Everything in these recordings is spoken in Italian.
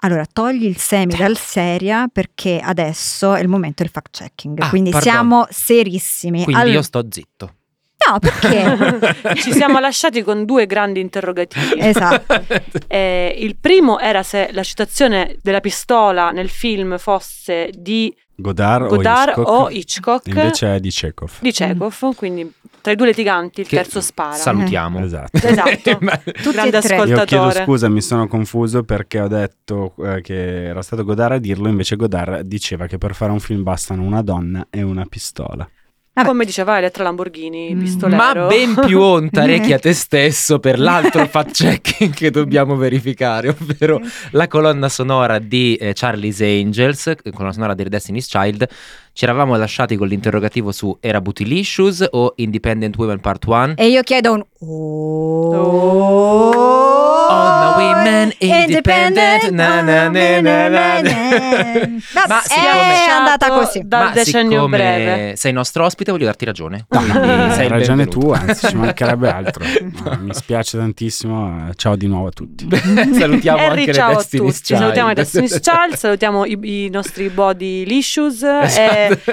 Allora, togli il semi dal seria perché adesso è il momento del fact checking. Ah, quindi pardon. siamo serissimi. Quindi Al- io sto zitto. No, perché? Eh. Ci siamo lasciati con due grandi interrogativi. esatto. Eh, il primo era se la citazione della pistola nel film fosse di Godard, Godard o Hitchcock. o Hitchcock Invece è di Chekhov. di Chekhov, quindi tra i due litiganti il Che terzo spara. Salutiamo. Eh, Esatto. Esatto. Ma- Tutti Grande e tre. ascolto. Io chiedo Ascoltatore. scusa, mi sono confuso perché ho detto eh, che era stato Godard a dirlo, invece Godard diceva che per fare un film bastano una donna e una pistola. Vabbè. Come diceva Elettra Lamborghini, Mm. pistolero. Ma ben più onta rechi a te stesso per l'altro fact checking che dobbiamo verificare, ovvero la colonna sonora di eh, Charlie's Angels, eh, colonna sonora del Destiny's Child. Ci eravamo lasciati con l'interrogativo su era Bootylicious o Independent Women Part 1? E io chiedo un... Oh, Oh, All the women independent, na na na na na na. Ma Ma è siccome- andata così. Dal decennio siccome breve. sei nostro ospite voglio darti ragione. Quindi Hai sei il ragione benvenuto. tu, anzi ci mancherebbe altro. Ma mi spiace tantissimo, eh, ciao di nuovo a tutti. salutiamo Harry, anche ciao le a Destiny's tutti. Child. Salutiamo i Destiny's Child, salutiamo i, i nostri body licious. E, Esatto.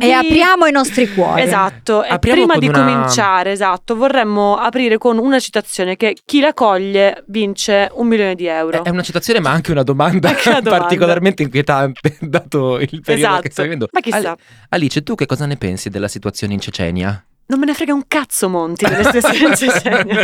E apriamo i nostri cuori. Esatto, e Apriamo prima con di una- cominciare, esatto, vorremmo aprire con una citazione che chi la coglie vince un milione di euro. È una citazione, ma anche una domanda, Anche una domanda. particolarmente inquietante, dato il periodo che esatto. stai vivendo. Ma chissà, Ale- Alice, tu che cosa ne pensi della situazione in Cecenia? non me ne frega un cazzo Monti delle stesse citazioni.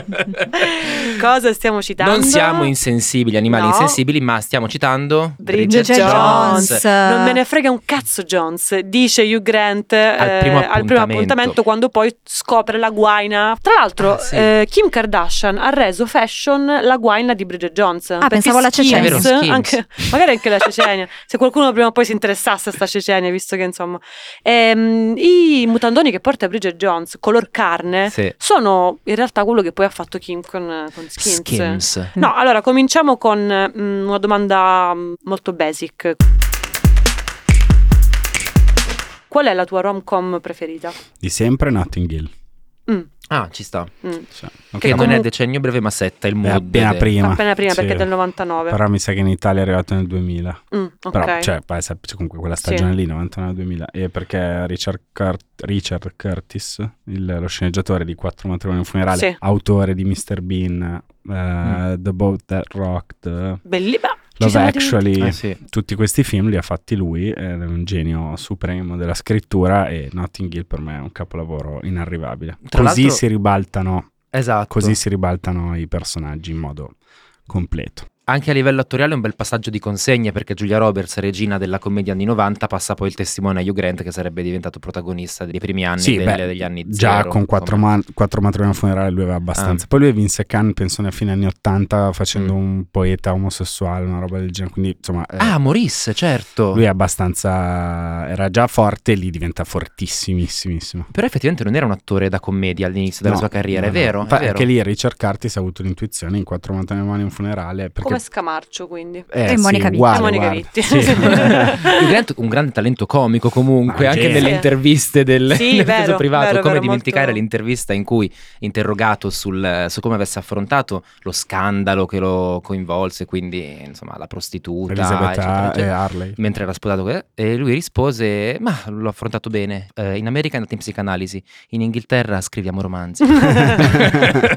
Cosa stiamo citando? Non siamo insensibili, animali No. insensibili, ma stiamo citando Bridget Bridget Jones. Jones. Non me ne frega un cazzo Jones, dice Hugh Grant eh, primo al primo appuntamento. appuntamento quando poi scopre la guaina. Tra l'altro Ah, sì. eh, Kim Kardashian ha reso fashion la guaina di Bridget Jones. Ah, pensavo alla Cecenia. È vero, Skins. Anche, magari anche la Cecenia, se qualcuno prima o poi si interessasse a sta Cecenia, visto che insomma... Ehm, I mutandoni che porta Bridget Jones, color carne, Sì. sono in realtà quello che poi ha fatto Kim con, con Skins. Skims. Mm. No, allora cominciamo con mm, una domanda mm, molto basic. Qual è la tua rom-com preferita? Di sempre Notting Hill. Mm, Ah, ci sta. mm. Cioè, ok, Che ma- non è comunque- decennio breve, ma setta il Beh, mood. appena del- prima. Appena prima Sì. perché è del 99. Però mi sa che in Italia è arrivato nel 2000. Mm, ok. Però, cioè, poi sa- comunque quella stagione lì, 99-2000, e perché Richard, Curt- Richard Curtis, il- lo sceneggiatore di Quattro matrimoni e un funerale, Sì. Mm. autore di Mr. Bean, eh, The Boat That Rocked, Belli- beh, ci Love siamo Eh, Actually, Ah, sì. tutti questi film li ha fatti lui, è un genio supremo della scrittura e Notting Hill per me è un capolavoro inarrivabile. Tra così l'altro- si ribaltano, Esatto. così si ribaltano i personaggi in modo completo. Anche a livello attoriale è un bel passaggio di consegne perché Giulia Roberts, regina della commedia anni 90, passa poi il testimone a Hugh Grant che sarebbe diventato protagonista dei primi anni Sì, del- beh, degli anni zero. Già con quattro, insomma. Ah. ma- quattro matrimoni al funerale lui aveva abbastanza. Poi lui vinse Cannes, penso, a fine anni 80 facendo Mm. un poeta omosessuale, una roba del genere. Quindi, insomma, eh, Ah, Morisse, certo. lui è abbastanza... era già forte e lì diventa fortissimissimissimo. Però effettivamente non era un attore da commedia all'inizio della No, sua carriera, no, è no. vero? è Infatti, vero. Anche lì Richard Curtis ha avuto l'intuizione in quattro matrimoni e un funerale. Perché... Come Scamarcio, quindi. eh, E Monica Vitti. uguale, E Monica guarda. Vitti. Sì. Hugh Grant un grande talento comico comunque, Ma anche genio. nelle Ah, Sì. interviste del Sì, nel vero, peso privato, vero, come vero, dimenticare molto- l'intervista in cui interrogato sul, su come avesse affrontato lo scandalo che lo coinvolse, quindi insomma la prostituta, eccetera, Elisabetta eh, eccetera. Harley. mentre era sposato con- e lui rispose ma l'ho affrontato bene Eh, in America è andato in psicanalisi in Inghilterra scriviamo romanzi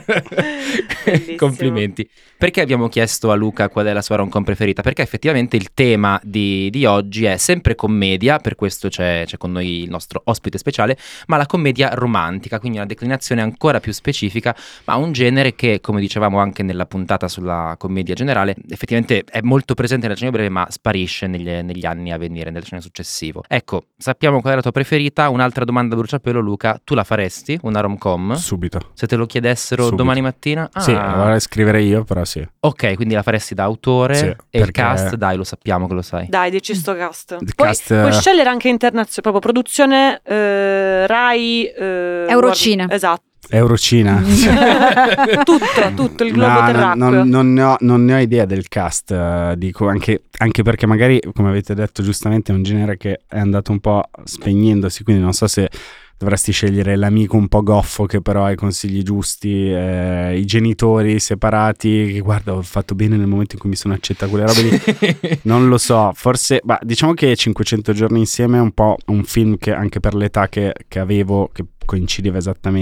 Bellissimo. complimenti perché abbiamo chiesto a Luca qual è la sua rom-com preferita perché effettivamente il tema di, di oggi è sempre commedia per questo c'è, c'è con noi il nostro ospite speciale ma la commedia romantica quindi una declinazione ancora più specifica ma un genere che, come dicevamo anche nella puntata sulla commedia generale, effettivamente è molto presente nel decennio breve, ma sparisce negli, negli anni a venire, nel decennio successivo. Ecco, sappiamo qual è la tua preferita. Un'altra domanda a bruciapelo, Luca, tu la faresti una rom-com? Subito. Se te lo chiedessero Subito. domani mattina, Cecina? Ah, Sì, vorrei scrivere io, però sì. Ok, quindi la faresti da autore Sì, e il perché- cast, dai, lo sappiamo che lo sai. Dai, dici sto cast. Il Poi, cast- puoi scegliere anche internazionale, proprio produzione eh, Rai eh, Eurocine. Warner- Esatto. Eurocina. tutto, tutto il globo No, no, terracqueo. non, non ne ho, non ne ho idea del cast, eh, dico anche, anche perché magari, come avete detto giustamente, è un genere che è andato un po' spegnendosi, quindi non so se dovresti scegliere l'amico un po' goffo che però ha i consigli giusti, eh, i genitori separati, che guarda ho fatto bene nel momento in cui mi sono accetta quelle robe lì, non lo so, forse, ma diciamo che 500 giorni insieme è un po' un film che anche per l'età che, che avevo, che coincideva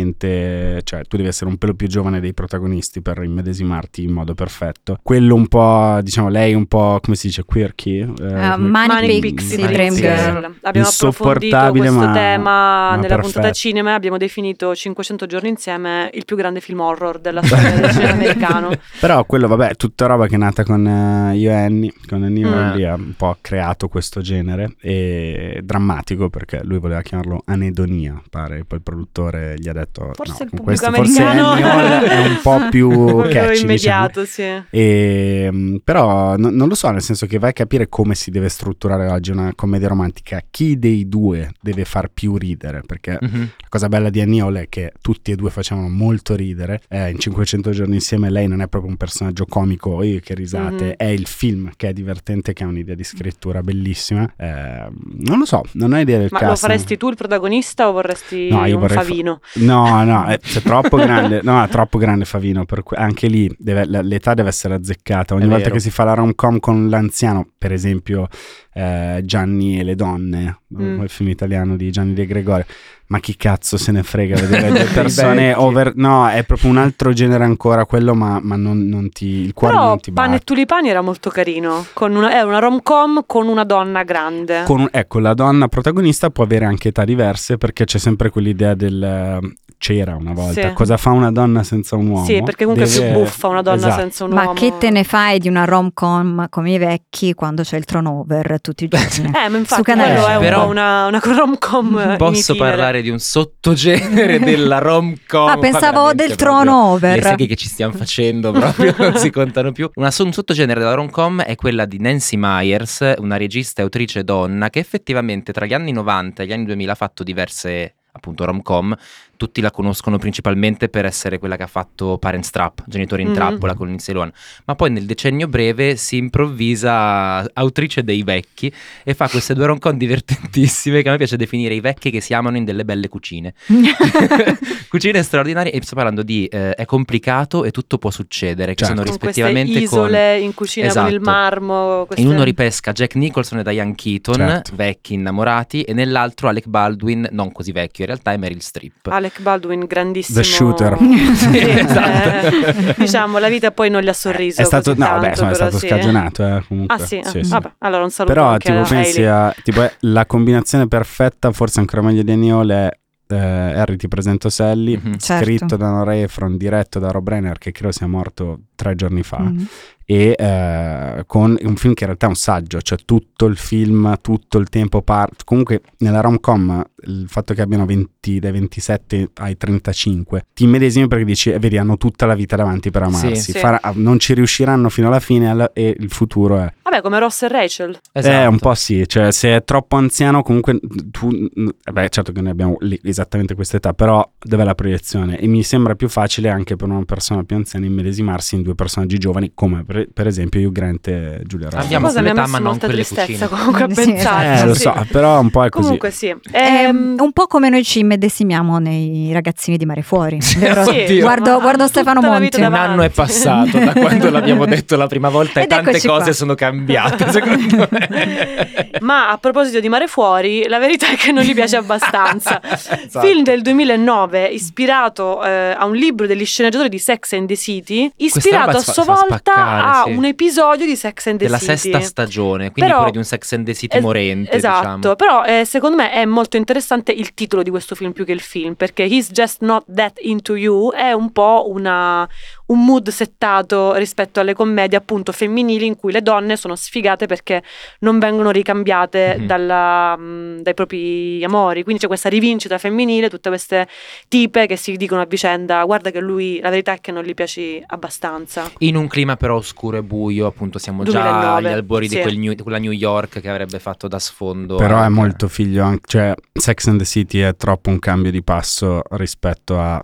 esattamente, cioè tu devi essere un pelo più giovane dei protagonisti per immedesimarti in modo perfetto. Quello un po', diciamo, lei un po', come si dice, quirky? eh, Eh, come- Manic Manic Pixie Pixie Dream Dream Girl. Girl. Abbiamo approfondito Insopportabile, questo ma- tema ma nella puntata perfetto. cinema e abbiamo definito 500 giorni insieme il più grande film horror della storia del cinema americano. Però quello, vabbè, è tutta roba che è nata con eh, io e Annie, con Annie Mm. Molly, ha un po' creato questo genere e drammatico perché lui voleva chiamarlo anedonia, pare, poi il produttore gli ha detto Forse il no, con pubblico questo americano forse Annie Hall è un po' più Proprio Oh, catchy, diciamo. immediato, sì. E, mh, però no- non lo so, nel senso che vai a capire come si deve strutturare oggi una commedia romantica, chi dei due deve far più ridere, perché Mhm. la cosa bella di Annie Hall è che tutti e due facevano molto ridere. Eh, in 500 giorni insieme lei non è proprio un personaggio comico, io che risate, Mhm. è il film che è divertente, che ha un'idea di scrittura bellissima. Eh, non lo so, non ho idea del Ma cast. lo faresti tu il protagonista o vorresti No, io un vorrei fa- favino? No, no, è, è troppo grande, no, è troppo grande Favino, per cui anche lì deve- la- l'età deve essere azzeccata. Ogni È volta vero. che si fa la rom-com con l'anziano, per esempio eh, Gianni e le donne, Mm. il film italiano di Gianni De Gregorio, ma chi cazzo se ne frega vedere due I persone vecchi. over... No, è proprio un altro genere ancora quello, ma, ma non, non ti... il cuore Però non ti Pane batte. e Tulipani era molto carino. Con una, è una rom-com con una donna grande. Con un- ecco, la donna protagonista può avere anche età diverse perché c'è sempre quell'idea del... eh, C'era una volta, Sì. cosa fa una donna senza un uomo? sì, perché comunque è Deve- più buffa una donna Esatto. senza un Ma uomo. che te ne fai di una rom-com come i vecchi quando c'è il turnover tutti i giorni? Eh, ma infatti Su Canale quello Cinque. è un Però- po' una, una rom-com in Posso itinere. parlare di un sottogenere della rom-com? ah, Ma pensavo veramente del Oh, proprio Le turnover. seghe che ci stiamo facendo proprio non si contano più. Una, un sottogenere della rom-com è quella di Nancy Myers, una regista e autrice donna che effettivamente tra gli anni 90 e gli anni 2000 ha fatto diverse appunto rom-com. Tutti la conoscono principalmente per essere quella che ha fatto Parents Trap, Genitori in Mhm. trappola con Lindsay Lohan. Ma poi nel decennio breve si improvvisa autrice dei vecchi e fa queste due rom-com divertentissime che a me piace definire i vecchi che si amano in delle belle cucine. Cucine straordinarie e sto parlando di eh, è complicato e tutto può succedere, che Certo. sono con queste rispettivamente con... isole in cucina con il Esatto. marmo. Queste... In uno ripesca Jack Nicholson e Diane Keaton, Certo. vecchi innamorati, e nell'altro Alec Baldwin, non così vecchio, in realtà è Meryl Streep. Alec Baldwin, grandissimo. The Shooter. Ah, Sì, Sì, esatto. eh, diciamo, la vita poi non gli ha sorriso. Eh, È stato, così no, tanto, beh, insomma, è però stato sì. scagionato. eh, comunque. Ah, sì, ah, Sì, sì. vabbè, allora un saluto. Però anche tipo, a pensi Hailey. a tipo, eh, la combinazione perfetta, forse ancora meglio di Aniol è eh, Harry ti presento Sally, Mhm. Certo. scritto da Nora Ephron, diretto da Rob Brenner, che credo sia morto tre giorni fa, Mm. e eh, con un film che in realtà è un saggio, cioè tutto il film, tutto il tempo parte. Comunque nella rom-com il fatto che abbiano 20, dai 27 ai 35 ti immedesimi perché dici, eh, vedi, hanno tutta la vita davanti per amarsi, Sì. Farà- non ci riusciranno fino alla fine alla- e il futuro è... Vabbè, come Ross e Rachel. Esatto. Eh, un po' sì, cioè se è troppo anziano comunque tu, beh certo che noi abbiamo lì esattamente questa età, però dov'è la proiezione? E mi sembra più facile anche per una persona più anziana immedesimarsi in due personaggi giovani come per, per esempio io Grant e Giulia Roberts. Abbiamo Cosa mi ha quell'età, messo ma non molta quelle tristezza cucine. comunque a Sì, pensarci. Eh lo sì. so, però un po' è così. Comunque sì. È Ehm, un po' come noi ci medesimiamo nei ragazzini di Mare Fuori, vero? sì. Oddio. Guardo, Ma guardo tutta Stefano la vita Monti. Un davanti. anno è passato da quando l'abbiamo detto la prima volta e Ed tante eccoci cose qua. sono cambiate, secondo me. Ma a proposito di Mare Fuori, la verità è che non gli piace abbastanza. Esatto. Film del 2009 ispirato eh, a un libro degli sceneggiatori di Sex and the City, ispirato roba a fa- sua fa volta spaccare, a sì. un episodio di Sex and the della City. sesta stagione, quindi Però- pure di un Sex and the City Es- morente, esatto, diciamo. però eh, secondo me è molto interessante il titolo di questo film più che il film, perché He's Just Not That Into You è un po' una, un mood settato rispetto alle commedie appunto femminili in cui le donne sono sfigate perché non vengono ricambiate Mhm. dalla, mh, dai propri amori. Quindi c'è questa rivincita femminile, tutte queste tipe che si dicono a vicenda guarda che lui la verità è che non gli piaci abbastanza. In un clima però oscuro e buio, appunto, siamo già 2009, agli albori di, sì. quel New- di quella New York che avrebbe fatto da sfondo. Però è anche- molto figlio, anche- cioè Sex and the City è troppo un cambio di passo rispetto a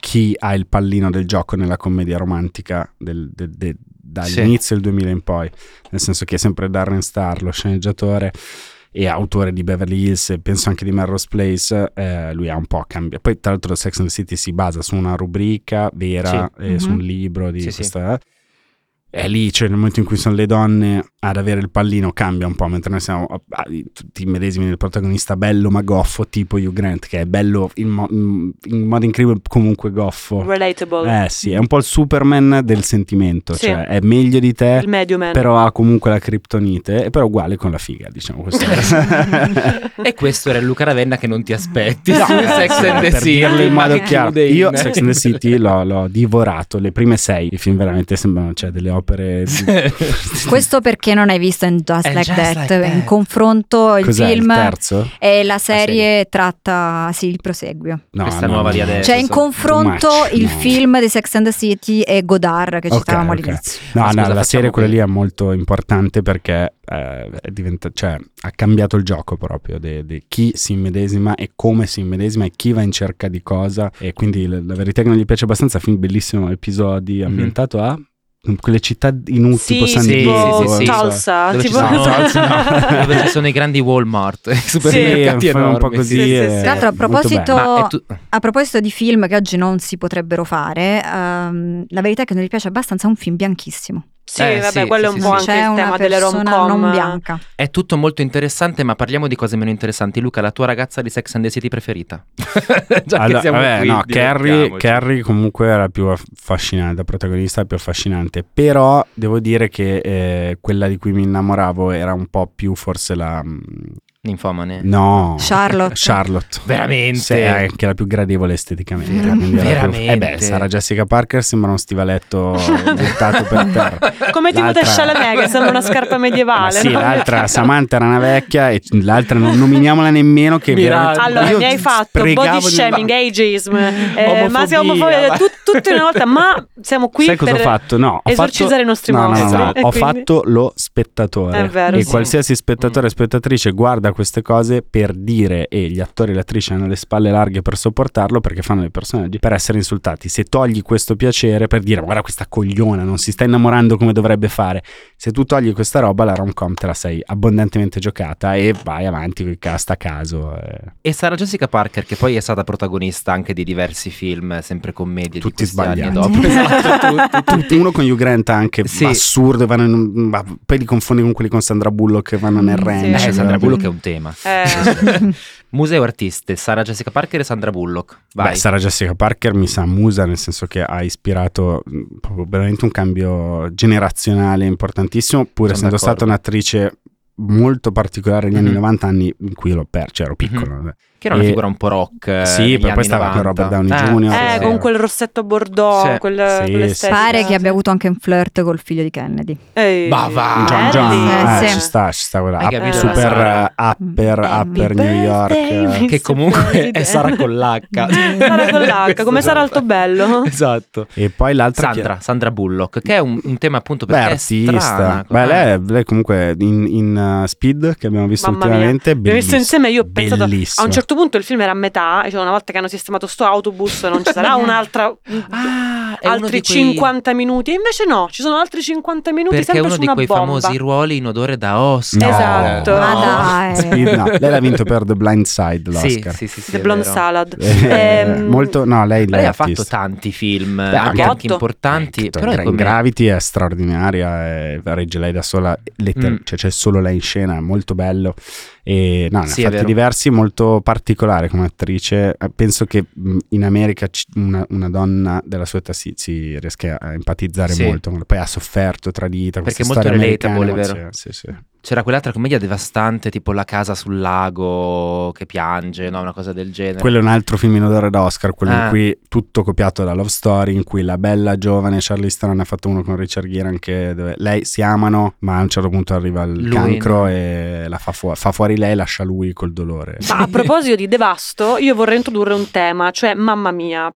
chi ha il pallino del gioco nella commedia romantica del- del- de- dall'inizio del 2000 in poi, nel senso che è sempre Darren Star, lo sceneggiatore e autore di Beverly Hills e penso anche di Melrose Place, eh, lui ha un po' cambiato. Poi tra l'altro Sex and the City si basa su una rubrica vera, Sì. eh, su Mhm. un libro di Sì, sì. questa... eh. E lì, cioè, nel momento in cui sono le donne ad avere il pallino, cambia un po', mentre noi siamo ah, ah, tutti i medesimi del protagonista bello ma goffo, tipo Hugh Grant, che è bello in, mo- mm, in modo incredibile, comunque goffo. Relatable. Eh sì, è un po' il Superman del sentimento, Sì. cioè è meglio di te, il medium man. però ha comunque la criptonite, e però uguale con la figa, diciamo così. E questo era il Luca Ravenna che non ti aspetti No, eh, su Sex and the per City. dirlo in modo ma che chiaro, chiude io in- Sex and the City l'ho, l'ho divorato, le prime sei, i film veramente sembrano cioè, delle opere... Questo perché non hai visto in Eh, Just, And like, Just that. Like That. In confronto il Cos'è film il terzo? e la serie, serie. tratta, sì, il proseguio. No, Questa nuova di adesso. Eh, Cioè sì, in sono confronto too much, il no. film di Sex and the City e Godard che Ok, citavamo ok. all'inizio. No, Ma scusa, no, la facciamo serie quella qui- lì è molto importante perché eh, è diventa- cioè, ha cambiato il gioco proprio di chi si immedesima e come si immedesima e chi va in cerca di cosa. E quindi la, la verità è che non gli piace abbastanza. Film bellissimo, Mhm. episodi ambientato a quelle città inutili, tipo eh. San sì, Diego. sì, sì, sì. non so. Tulsa, Dove ci tipo- sono- Tulsa, no. Dove ci sono i grandi Walmart, i supermercati Sì, fa enormi. un po' così. Sì, sì, eh, sì. Tra l'altro a molto proposito- bello. Ma è tu- A proposito di film che oggi non si potrebbero fare, ehm, la verità è che non gli piace abbastanza è un film bianchissimo. Cioè, Sì, Eh, vabbè, sì, quello sì, è un sì, po' anche sì. C'è il tema una delle rom persona non com. bianca. È tutto molto interessante, ma parliamo di cose meno interessanti. Luca, la tua ragazza di Sex and the City preferita? Già che Allora, siamo vabbè, qui, no, Carrie, divertiamoci. Carrie comunque era la più affascinante, la protagonista la più affascinante, però devo dire che eh, quella di cui mi innamoravo era un po' più forse la... mm, Ninfomane. Eh, No, Charlotte. Charlotte. Veramente? Sì, è anche la più gradevole esteticamente. Vera- quindi era più- veramente? Eh beh, Sara Jessica Parker sembra uno stivaletto buttato per terra. Come Timothée L'altra- Chalamet, che sembra una scarpa Ma medievale. sì, no? l'altra Samantha era una vecchia e l'altra non nominiamola nemmeno che Miranda. veramente- Allora, Ah, io mi hai fatto pregavo body di- shaming, ageism, eh, Omofobia, ma siamo eh, ma- tutto in una volta, ma siamo qui Sai per cosa ho fatto? No, ho esorcizzare fatto... i nostri No, no, no, mostri. no, e ho quindi- fatto lo spettatore È vero, e sì. qualsiasi Mm. spettatore e spettatrice guarda queste cose per dire e gli attori e le attrici hanno le spalle larghe per sopportarlo perché fanno dei personaggi per essere insultati. Se togli questo piacere per dire guarda questa cogliona non si sta innamorando come dovrebbe fare, se tu togli questa roba la rom-com te la sei abbondantemente giocata e vai avanti con il cast a caso. eh. E Sara Jessica Parker, che poi è stata protagonista anche di diversi film, sempre commedie Tutti di questi anni sbagliati. dopo. Esatto, tutti, tutti. Uno con Hugh Grant anche Sì. assurdo, e vanno in- ma poi li confondi con quelli con Sandra Bullock che vanno nel Sì. ranch. Eh, Sì. Sandra Bullock è un tema. Eh, Museo artiste, Sara Jessica Parker e Sandra Bullock. Vai. Beh, Sara Jessica Parker mi sa musa, nel senso che ha ispirato mh, proprio veramente un cambio generazionale importantissimo, pur Sono essendo d'accordo. stata un'attrice molto particolare negli anni Mhm. 90 anni in cui l'ho perso, cioè ero piccolo. che era una e- figura un po' rock. eh, Sì, negli per poi anni stava con 90. Robert Downey Jr. eh, sì. con quel rossetto bordeaux, Sì. quel, Sì, quell'estetica. Pare che abbia avuto anche un flirt col figlio di Kennedy. Ehi. Ma va. John Eh, John, sì, eh, sì. ci sta, ci sta quella Hai up- capito, Esatto. super Sara? eh, upper, Happy upper New York. eh. birthday. Che comunque è Sara con l'H. eh. Sara con l'H, come Sara Altobello. Esatto. E poi l'altra chi era? Sandra, Sandra Bullock, che è un, un tema appunto Beh, perché è cioè. artista. strana. Beh, lei, lei comunque in, in, uh, Speed che abbiamo visto Mamma mia. ultimamente. Abbiamo visto bellissimo, insieme, io ho pensato, bellissimo. A un certo punto il film era a metà, e cioè una volta che hanno sistemato sto autobus non ci sarà un'altra... mm, Ah, è uno altri di quei- 50 minuti, e invece no, ci sono altri 50 minuti Perché è sempre uno su di una quei bomba. famosi ruoli in odore da Oscar. No. Esatto. Ma Ah, dai. Speed, no. Lei l'ha vinto per The Blind Side Sì, l'Oscar. sì, sì, sì, The è Blonde vero. Salad. Eh, Ehm, molto, no, lei, Lei ha fatto artista. tanti film, Beh, anche, anche anche otto. importanti, Ecco, però è Gra- come- Gravity è straordinaria, eh, regge lei da sola, letter- Mm. cioè c'è solo lei in scena, è molto bello. E no, ne Sì, è ha fatti vero. diversi, molto particolare come attrice. Eh, Penso che mh, in America ci- una, una donna della sua età si, si riesca a empatizzare Sì. molto. Poi ha sofferto, tradita. queste Perché è molto storie relatable, americane, ma vero? cioè, sì, sì, sì. C'era quell'altra commedia devastante, tipo La casa sul lago che piange, no? Una cosa del Eh. genere. Quello è un altro film in odore d'Oscar, quello Ah. in cui tutto copiato da Love Story, in cui la bella giovane Charlize Theron ha fatto uno con Richard Gere anche dove lei si amano, ma a un certo punto arriva il Lui cancro no. e la fa, fuori, fa fuori lei e lascia lui col dolore. Ma a proposito di devasto, io vorrei introdurre un tema, cioè mamma mia.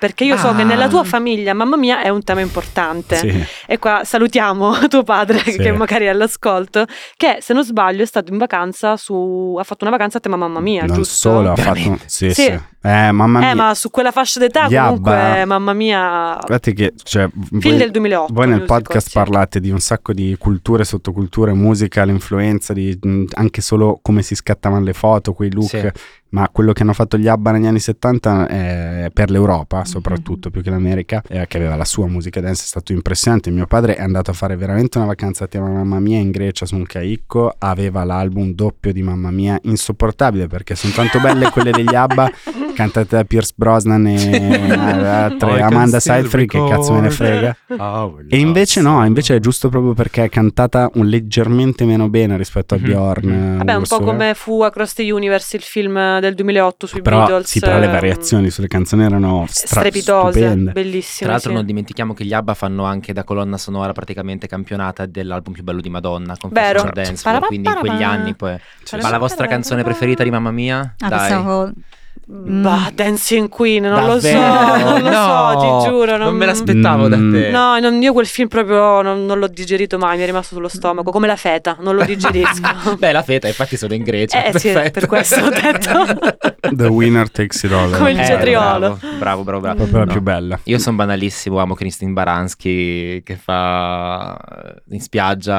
Perché io so Ah. che nella tua famiglia mamma mia è un tema importante. Sì. E qua salutiamo tuo padre Sì. che magari è all'ascolto, che se non sbaglio è stato in vacanza su ha fatto una vacanza a tema mamma mia, non giusto? solo ha fatto... Veramente? Sì, Sì. sì. Eh, mamma mia. Eh, ma su quella fascia d'età Gli comunque Abba. mamma mia Guardate che... Cioè, Film voi- del 2008. Voi nel musical, podcast sì. parlate di un sacco di culture, sottoculture, musica, l'influenza, di, mh, anche solo come si scattavano le foto, quei look, Sì. ma quello che hanno fatto gli ABBA negli anni 70 eh, per l'Europa soprattutto, più che l'America, eh, che aveva la sua musica dance, è stato impressionante. Mio padre è andato a fare veramente una vacanza a tema Mamma Mia in Grecia su un caicco, aveva l'album doppio di Mamma Mia, insopportabile perché sono tanto belle quelle degli ABBA cantate da Pierce Brosnan e altre, I can Amanda still Seyfried che cazzo me ne record. frega Ah, e invece no invece è giusto proprio perché è cantata un leggermente meno bene rispetto a Mhm. Bjorn Mm-hmm. Vabbè, un po' Ursula. come fu Across the Universe il film del 2008 sui però, Beatles. sì, però le ehm, variazioni sulle canzoni erano stra- strepitose, stupende bellissime. Tra l'altro sì. non dimentichiamo che gli ABBA fanno anche da colonna sonora praticamente campionata dell'album più bello di Madonna, Vero. Confessions of Certo. Dance, Floor, quindi in quegli Parapapara. anni poi. Cioè, Ma la vostra canzone preferita di Mamma Mia? Ah, Dai. pensavo... Mm. Bah, Dancing Queen, non lo so, Davvero? non lo so, No, ti giuro. Non me l'aspettavo da Mm. te. No, non- io quel film proprio non, non l'ho digerito mai, mi è rimasto sullo stomaco, come la feta, non lo digerisco. Beh, la feta, infatti sono in Grecia. Eh, sì, perfetto. per questo ho detto. The Winner Takes It All Come il eh, cetriolo. bravo, bravo, bravo, bravo. proprio la No. più bella Io sono banalissimo, amo Christine Baranski che fa eh, in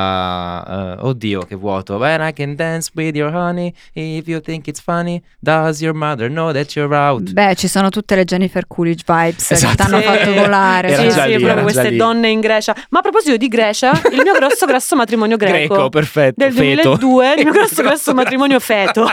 spiaggia, eh, oddio che vuoto, When I can dance with your honey, if you think it's funny, does your mother know that you're out? Beh, ci sono tutte le Jennifer Coolidge vibes Esatto. che ti hanno Sì. fatto volare. Era sì, già sì, lì, era proprio già queste lì. donne in Grecia. Ma a proposito di Grecia, il mio grosso grosso matrimonio greco. perfetto. Del feto. Esatto. 2002, il mio grosso grosso matrimonio feto.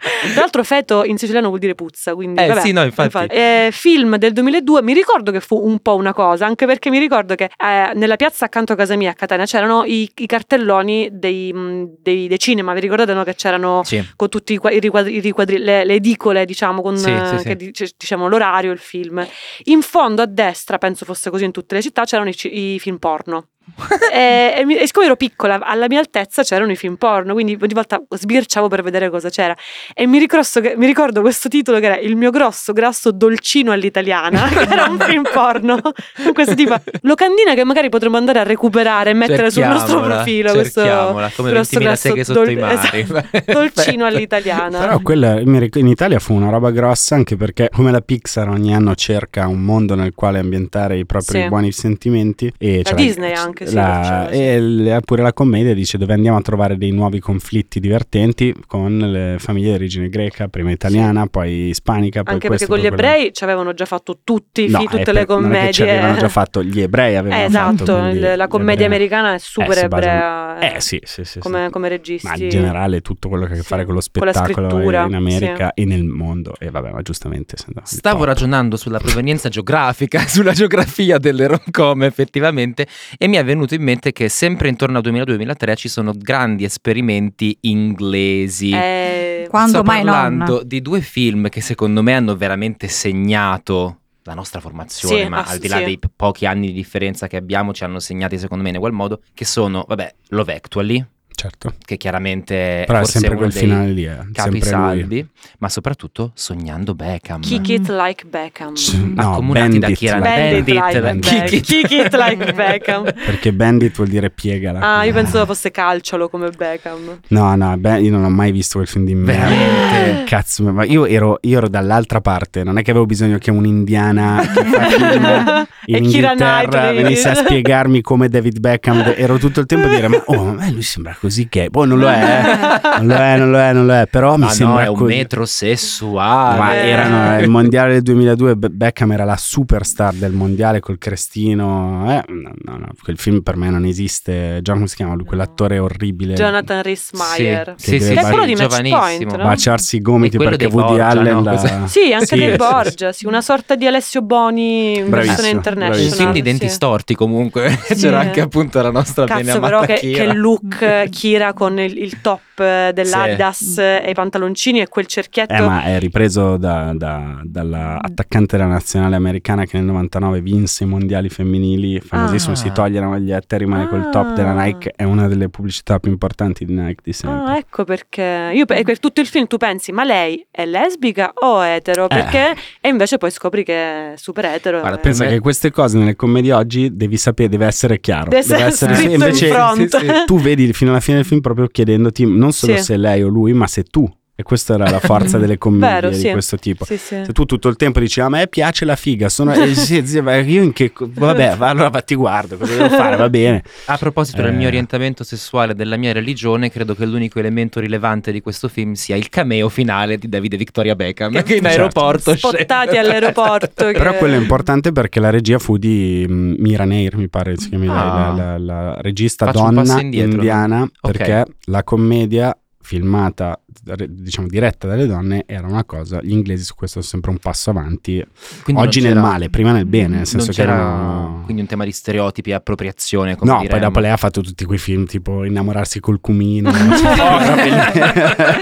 Tra l'altro feto in siciliano vuol dire puzza, quindi... Eh, vabbè. sì, no, infatti. Eh, film del 2002, mi ricordo che fu un po' una cosa, anche perché mi ricordo che eh, nella piazza accanto a casa mia a Catania c'erano i, i cartelloni dei, mh, dei- dei cinema, vi ricordate no, che c'erano Sì. con tutti i qua- i riquadri, i riquadri- le, le edicole, diciamo, con Sì, sì, eh, sì. che dice- diciamo, l'orario, il film. In fondo a destra, penso fosse così in tutte le città, c'erano i, ci- i film porno. e, e mi- e siccome ero piccola, alla mia altezza c'erano i film porno, quindi ogni volta sbirciavo per vedere cosa c'era. E mi, ricrosso che- mi ricordo questo titolo che era Il mio grosso grasso dolcino all'italiana, che era un film porno. Con questo tipo locandina che magari potremmo andare a recuperare e mettere sul nostro Cerchiamola, profilo questo cerchiamola, come grosso 20.000 grasso seghe sotto dol- i mari. esatto, dolcino all'italiana. però quella mi ric- in Italia fu una roba grossa anche perché come la Pixar ogni anno cerca un mondo nel quale ambientare i propri Sì. buoni sentimenti e La c'era- Disney anche, sì, lo la, faceva, sì. e l- pure la commedia dice dove andiamo a trovare dei nuovi conflitti divertenti con le famiglie di origine greca prima italiana poi ispanica poi Anche perché questo, con gli poi quello. ebrei ci avevano già fatto tutti, i No, fi- eh, tutte per- le non è che ci avevano commedie. già fatto gli ebrei avevano Eh, esatto, fatto, quindi il- la gli commedia ebrei- Eh, americana è super si basano- ebrea. eh sì sì sì, sì. Come, come registi. Ma in generale tutto quello che ha a che Sì. fare con lo Con la spettacolo scrittura, in America e nel mondo. E vabbè, ma giustamente essendo- Stavo top. ragionando sulla provenienza geografica, sulla geografia delle rom-com effettivamente e mi è venuto in mente che sempre intorno al 2002-2003 ci sono grandi esperimenti inglesi. Eh, Quando Sto mai parlando nonna? di due film che secondo me hanno veramente segnato la nostra formazione, Sì, ma ass- al di là sì. dei po- pochi anni di differenza che abbiamo ci hanno segnati secondo me in quel modo, che sono, vabbè, Love Actually, Certo. che chiaramente Però è forse sempre uno quel dei finale lì, eh. sempre lui. capisaldi, ma soprattutto Sognando Beckham. Kick Mm. it like Beckham. C- Cioè, No, Accomunati da Bandit, chi era la- Bandit Bandit, like la- Beckham. Kick it. Kick it like Beckham. Perché Bandit vuol dire piegala. Ah, io pensavo fosse calciolo come Beckham. No, no, beh, io non ho mai visto quel film di merda. Veramente? Cazzo, ma io ero, io ero dall'altra parte, non è che avevo bisogno che un'indiana che fa film in E Keira Inghilterra Knightley. venisse a spiegarmi come David Beckham de- ero tutto il tempo a dire ma oh a me lui sembra così gay poi non lo è eh. Eh. non lo è non lo è non lo è però mi Ah, no, sembra è un così- metrosessuale. ma Eh. erano eh, il mondiale del 2002 Be- Beckham era la superstar del mondiale col crestino eh, no, no, no, quel film per me non esiste già come si chiama lui quell'attore orribile Jonathan Rhys Meyer. Sì, Sì, sì, che sì, è sì, quello di Match giovanissimo. Point, no? baciarsi i gomiti E quello perché dei Woody Borgia, Allen Eh, no? la- Cos'è? Sì, anche Ah. Sì, dei sì, Borgia, sì, una sorta di Alessio Boni in versione Bravissimo, international. bravissimo. Un film di denti sì. storti comunque. Sì. eh. C'era anche appunto la nostra Cazzo, bene però amata che, Kira. che look eh, Kira con il, il top eh, dell'Adidas Sì. eh, e i pantaloncini e quel cerchietto. Eh, ma è ripreso da, da- Mm. dall'attaccante della nazionale americana che nel 99 vinse i mondiali femminili, famosissimo, Ah. si toglie la maglietta e rimane col Ah. top della Nike, è una delle pubblicità più importanti di Nike di sempre. Ah, ecco perché io per, per tutto il film tu pensi, ma lei è lesbica o etero? Eh. Perché e invece poi scopri che è super etero. Guarda, eh. Pensa Eh. che queste cose nelle commedie oggi devi sapere, deve essere chiaro. Deve essere sì, scritto in invece fronte. sì, sì, tu vedi fino alla fine del film proprio chiedendoti non solo Sì. se lei o lui, ma se tu. E questa era la forza delle commedie Vero, di sì. questo tipo. Sì, sì. Se tu tutto il tempo dici a me piace la figa, sono eh, sì, zia, ma io in che co- vabbè, va- allora va- ti guardo, cosa devo fare? Va bene. A proposito del Eh. mio orientamento sessuale e della mia religione, credo che l'unico elemento rilevante di questo film sia il cameo finale di Davide Victoria Beckham che, in Certo. aeroporto Spottati scende. all'aeroporto. che- Però quello è importante perché la regia fu di mh, Mira Nair, mi pare si chiami Ah. la, la- la- la regista Faccio un passo donna indietro. indiana, Ok. perché la commedia filmata re- diciamo diretta dalle donne era una cosa gli inglesi su questo sono sempre un passo avanti Quindi oggi non nel c'era- male prima nel bene nel senso non che c'era erano- quindi un tema di stereotipi e appropriazione. Come ehm. no poi diremmo. dopo lei ha fatto tutti quei film tipo innamorarsi col cumino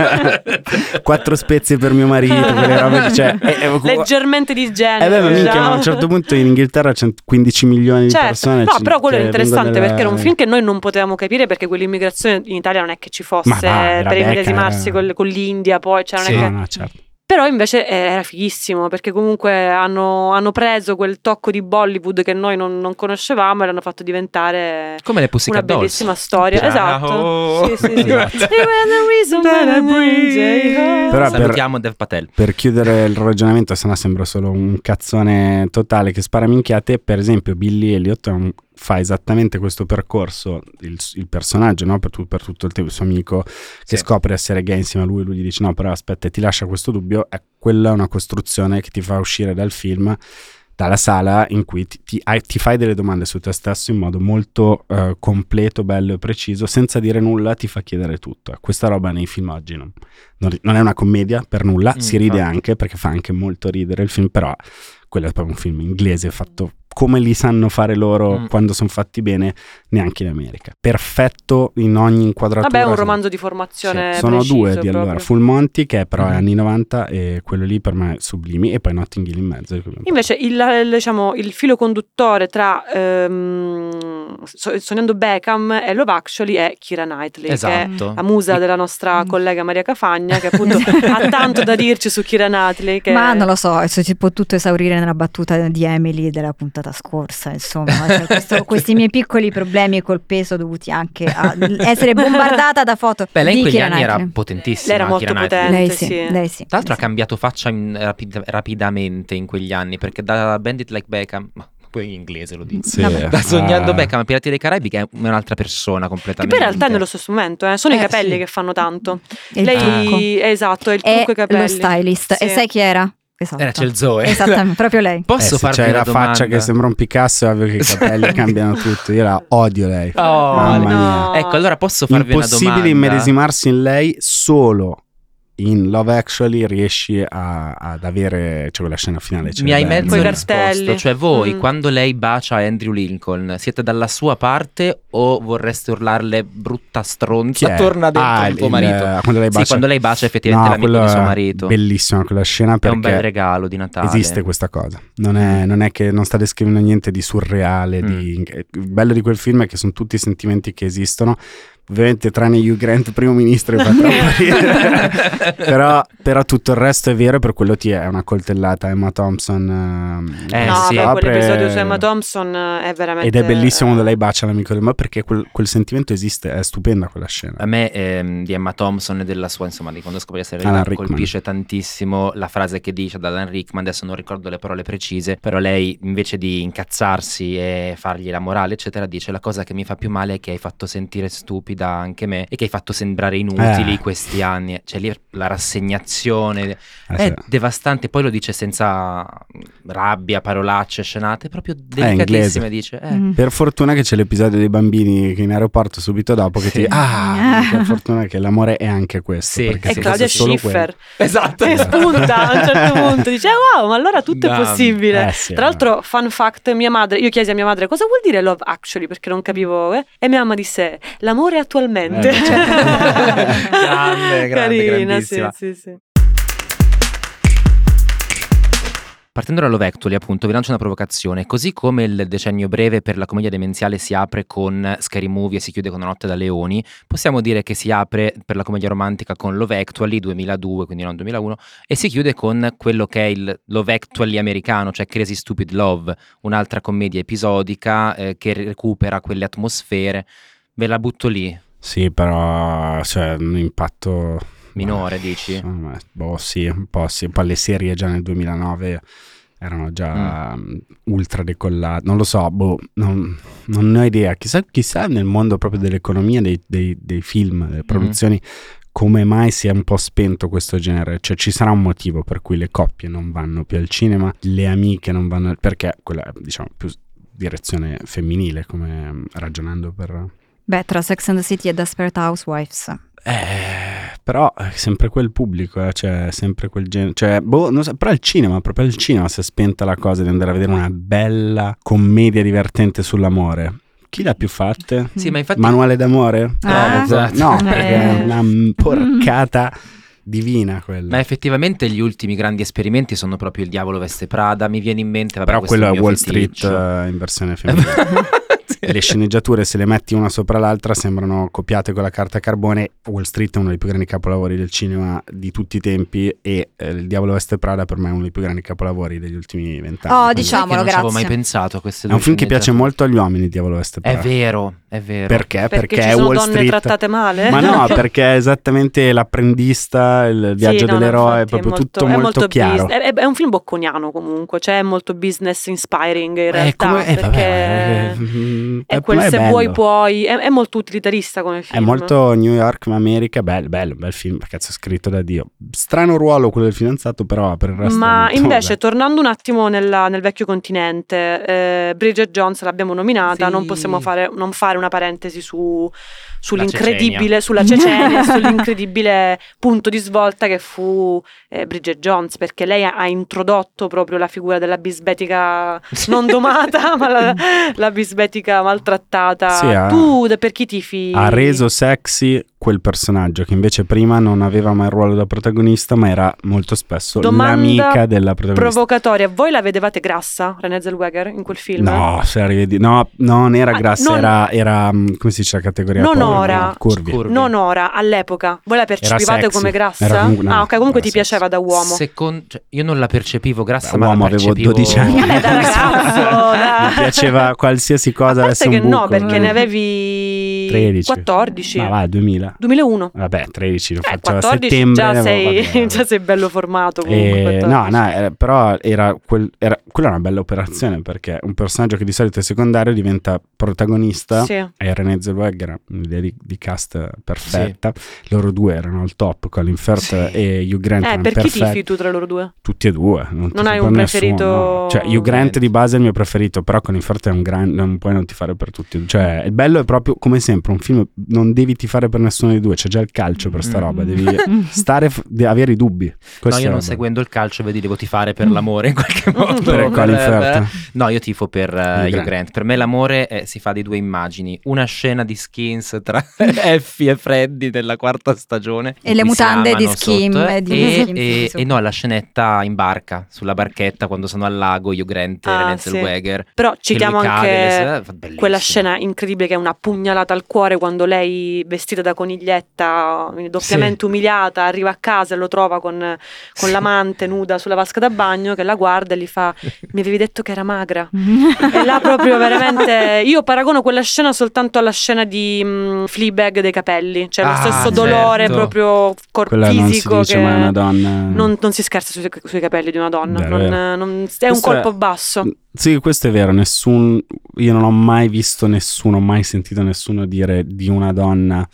quattro spezie per mio marito, quelle robe che cioè, eh, eh, leggermente di eh, genere. beh, ma minchia, diciamo. ma a un certo punto in Inghilterra c'è 15 milioni di Certo, persone. cioè, no, c- però quello che era interessante vengono perché era un da- film che noi non potevamo capire perché quell'immigrazione in Italia non è che ci fosse Ma va, era per Becca, immedesimarsi era- col- con l'India, poi cioè, non è Sì, che- no, no, certo. Però invece eh, era fighissimo perché comunque hanno, hanno preso quel tocco di Bollywood che noi non, non conoscevamo e l'hanno fatto diventare Come le una Pussycat Dolls. bellissima storia. Piano. Esatto. Sì, sì, sì. Esatto. You were the reason that I breathe. Però per- Salutiamo Dev Patel. Per chiudere il ragionamento, se no sembra solo un cazzone totale che spara minchiate. Per esempio, Billy Elliot è un- fa esattamente questo percorso. Il, il personaggio, no? per, tu- per tutto il tempo, il suo amico che Sì. scopre di essere gay insieme a lui, lui gli dice: No, però aspetta, e ti lascia questo dubbio. È quella è una costruzione che ti fa uscire dal film. Dalla sala in cui ti, ti- hai- ti fai delle domande su te stesso in modo molto eh, completo, bello e preciso, senza dire nulla, ti fa chiedere tutto. Questa roba nei film oggi non, non, ri- non è una commedia per nulla, Mm, si ride infatti. anche perché fa anche molto ridere il film, però quello è proprio un film inglese fatto come li sanno fare loro Mm. quando sono fatti bene, neanche in America. Perfetto in ogni inquadratura. Vabbè, è un Sono- romanzo di formazione. sì, sono preciso due di proprio. allora, Full Monty che però Mhm. è anni 90 e quello lì per me è sublimi e poi Notting Hill in mezzo. di cui abbiamo Invece il, il- diciamo, il filo conduttore tra ehm, So- Sognando Beckham e Love Actually è Kira Knightley, che è Esatto. la musa della nostra Mm. collega Maria Cafagna, che appunto ha tanto da dirci su Kira Knightley. Che Ma non lo so, se si può tutto esaurire nella battuta di Emily della puntata scorsa, insomma, Cioè, questo- questi miei piccoli problemi col peso dovuti anche a essere bombardata da foto. Beh, lei in di quegli Keira anni era Knightley. potentissima. Lei era molto Keira Knightley. potente. Lei potente, sì, sì. lei sì. Tra l'altro ha Sì. cambiato faccia in- rapid- rapidamente in quegli anni, perché da Bandit Like Beckham, ma poi in inglese lo dico. Sì, Vabbè. Da Sognando ah, Beckham, a Pirati dei Caribi, che è un'altra persona Che completamente. poi in realtà è nello stesso momento, eh, sono i Eh, capelli sì. che fanno tanto. E il trucco. Lei, eh, esatto, è il E trucco e i capelli. lo stylist. Sì. E sai chi era? Esatto. Era Celzoe. Esattamente, proprio lei. eh, Posso se farvi c'hai una la domanda? faccia che sembra un Picasso, è ovvio che i capelli cambiano tutto. Io la odio lei. Oh, Mamma mia. no. Ecco, allora posso farvi una domanda? impossibile immedesimarsi in lei solo in Love Actually riesci a- ad avere cioè quella scena finale cioè, eh, Mi hai cerebrale. mezzo Coi risposto, cartelli. cioè voi Mm. quando lei bacia Andrew Lincoln siete dalla sua parte o vorreste urlarle brutta Chi stronza è? torna dentro Ah, il tuo il- marito? quando lei Sì, bacia quando lei bacia effettivamente l'amico quello di suo è marito. bellissima quella scena È perché un bel regalo Mm. di Natale. esiste questa cosa non è, non è che non sta Mm. eh, descrivendo niente di surreale di- il bello di quel film è che sono tutti sentimenti che esistono Ovviamente tranne Hugh Grant primo ministro che fa troppo ridere. però, però tutto il resto è vero e per quello ti è una coltellata Emma Thompson. Eh, no, sì. vabbè, apre- quell'episodio su Emma Thompson eh, è veramente... Ed è bellissimo quando eh, lei bacia l'amico del ma perché quel, quel sentimento esiste, è stupenda quella scena. A me ehm, di Emma Thompson e della sua, insomma, di quando scopri di essere Alan viva, Rickman. colpisce tantissimo la frase che dice ad Alan Rickman, adesso non ricordo le parole precise, però lei invece di incazzarsi e fargli la morale, eccetera, dice la cosa che mi fa più male è che hai fatto sentire stupida anche me e che hai fatto sembrare inutili Eh. questi anni. Cioè lì la rassegnazione Eh, è sì. devastante, poi lo dice senza rabbia, parolacce, scenate, proprio Eh, inglese. delicatissime, dice. Eh, Mm. Per fortuna che c'è l'episodio dei bambini che in aeroporto subito dopo che Sì. ti... Ah, Ah. per fortuna che l'amore è anche questo. Sì. perché È se E Claudia fosse solo quello- Schiffer Esatto. che spunta a un certo punto, dice "Ah, wow, ma allora tutto Damn. è possibile. Eh, sì, Tra l'altro, fun fact, mia madre, io chiesi a mia madre cosa vuol dire love actually perché non capivo eh? e mia mamma disse l'amore attualmente. Eh, beh, certo. Grande, grande, Carina, sì, grandissima. sì, sì. Eh, Partendo da Love Actually, appunto, vi lancio una provocazione. Così come il decennio breve per la commedia demenziale si apre con Scary Movie e si chiude con Una notte da leoni, possiamo dire che si apre per la commedia romantica con Love Actually 2002, quindi non 2001, e si chiude con quello che è il Love Actually americano, cioè Crazy Stupid Love, un'altra commedia episodica eh, che recupera quelle atmosfere. Ve la butto lì, Sì, però cioè, un impatto... minore, Beh, dici? insomma, boh, sì, un po' sì. Poi le serie già nel 2009 erano già mh, ultra decollate. Non lo so, boh, non, non ne ho idea. Chissà, chissà nel mondo proprio dell'economia, dei, dei- dei film, delle produzioni, come mai si è un po' spento questo genere. Cioè ci sarà un motivo per cui le coppie non vanno più al cinema, le amiche non vanno... Perché quella è, diciamo, più direzione femminile, come mh, ragionando per... Beh, tra Sex and the City e Desperate Housewives. Eh, però è sempre quel pubblico, eh, cioè è sempre quel genere, cioè, boh, non so, però il cinema, proprio al cinema si è spenta la cosa di andare a vedere una bella commedia divertente sull'amore. Chi l'ha più fatte? Sì, ma infatti... Manuale d'amore? Ah. esatto. Mm. No, perché è Eh. una porcata divina quella. Ma effettivamente gli ultimi grandi esperimenti sono proprio il diavolo veste Prada, mi viene in mente... Vabbè, però questo quello è mio Wall feticcio. Street eh, in versione femminile. E le sceneggiature, se le metti una sopra l'altra, sembrano copiate con la carta carbone. Wall Street è uno dei più grandi capolavori del cinema di tutti i tempi. E eh, Il Diavolo Veste Prada per me è uno dei più grandi capolavori degli ultimi vent'anni. Oh, Quindi- diciamo- Diciamolo, Sai che non ci avevo grazie. mai pensato a queste È due un film che piace sceneggiature. molto agli uomini, Il Diavolo Veste Prada. È vero, è vero. Perché? Perché, Perché, ci è sono Wall donne Street. trattate male? Ma no, perché è esattamente l'apprendista, il viaggio Sì, no, no, dell'eroe, è infatti, proprio tutto è molto, chiaro. bus- è, è un film bocconiano comunque, cioè è molto business inspiring in Eh, realtà, come- eh, vabbè, perché eh, è eh, quel ma se bello. vuoi puoi, è, è molto utilitarista come È film. molto New York, ma America, bello, bello, bel film, cazzo, scritto da Dio. Strano ruolo quello del fidanzato, però per il resto... Ma è molto invece, bello. tornando un attimo nella- nel vecchio continente, eh, Bridget Jones l'abbiamo nominata, Sì. non possiamo fare, non fare una parentesi su, Cecenia. sull'incredibile, sulla Cecenia, sull'incredibile punto di svolta che fu eh, Bridget Jones, perché lei ha, ha introdotto proprio la figura della bisbetica non domata, ma la, la bisbetica maltrattata. Sì, ha- tu da- per chi tifi? Ha reso sexy quel personaggio che invece prima non aveva mai il ruolo da protagonista, ma era molto spesso Domanda l'amica della protagonista. provocatoria. Voi la vedevate grassa, Renée Zellweger, in quel film? No, se la rivedi- no, non era Ah, grassa, non- era, era, mh, come si dice la categoria? Non porno? ora. Curvy. Curvy. Non ora, all'epoca. Voi la percepivate sexy. come Era grassa? comunque- no, ah, ok, comunque era ti sexy. piaceva da uomo. Secon- cioè, io non la percepivo grassa, Da ma uomo la avevo percepivo 12 anni. Vabbè, Eh, da ragazzo, da- Mi piaceva qualsiasi A parte cosa. avesse che un no, buco, perché eh. ne avevi 13. 14. Ma va, 2000. 2001. Vabbè, 13, lo Eh, faceva a 14 settembre. già ne avevo- sei, vabbè. già sei bello formato comunque. Eh, 14. no, no, era- però era quel- era- quella è una bella operazione perché un personaggio che di solito è secondario diventa protagonista. Sì. E René Zellweger era un'idea di, di cast perfetta. Loro due erano al top, Colin Firth Sì. e Hugh Grant. Eh, erano per chi perfetti. tifi tu tra loro due? Tutti e due. Non, tifo hai per un nessuno, preferito? no. Cioè, Hugh Grant di base è il mio preferito, però Colin Firth è un grande. Non puoi non tifare per tutti. e due. Cioè, il bello è proprio come sempre: un film non devi tifare per nessuno dei due. C'è già il calcio per sta Mm. roba. Devi stare, f- de- avere i dubbi. No, Questa io è la non roba. seguendo il calcio, vedi, devo tifare per l'amore in qualche modo. Per Colin Firth. No, io tifo per eh, Hugh Hugh Grant. Grant. Per me l'amore eh, si fa di due immagini. Una scena di skins tra Effie e Freddy della quarta stagione. E le Qui si mutande di amano Skim, sotto, eh, eh, di E, Skim, e- sì. e no, la scenetta in barca, sulla barchetta, quando sono al lago, Hugh Grant e Ah, Renée sì. Zellweger. Però lui Citiamo cade, anche le- eh, bellissimo. quella scena incredibile che è una pugnalata al cuore quando lei, vestita da coniglietta, quindi doppiamente umiliata, arriva a casa e lo trova con, con Sì. l'amante nuda sulla vasca da bagno, che la guarda e gli fa: Mi avevi detto che era magra. E là proprio veramente. Io paragono quella scena soltanto alla scena di mh, Fleabag dei capelli, cioè lo Ah, stesso certo. dolore proprio cor- Quella non si fisico. dice, che... ma è una donna. Non, non si scherza sui, sui capelli di una donna, Davvero. non- non- è un Questo colpo è- basso. Sì, questo è vero. Nessun, io non ho mai visto nessuno, mai sentito nessuno dire di una donna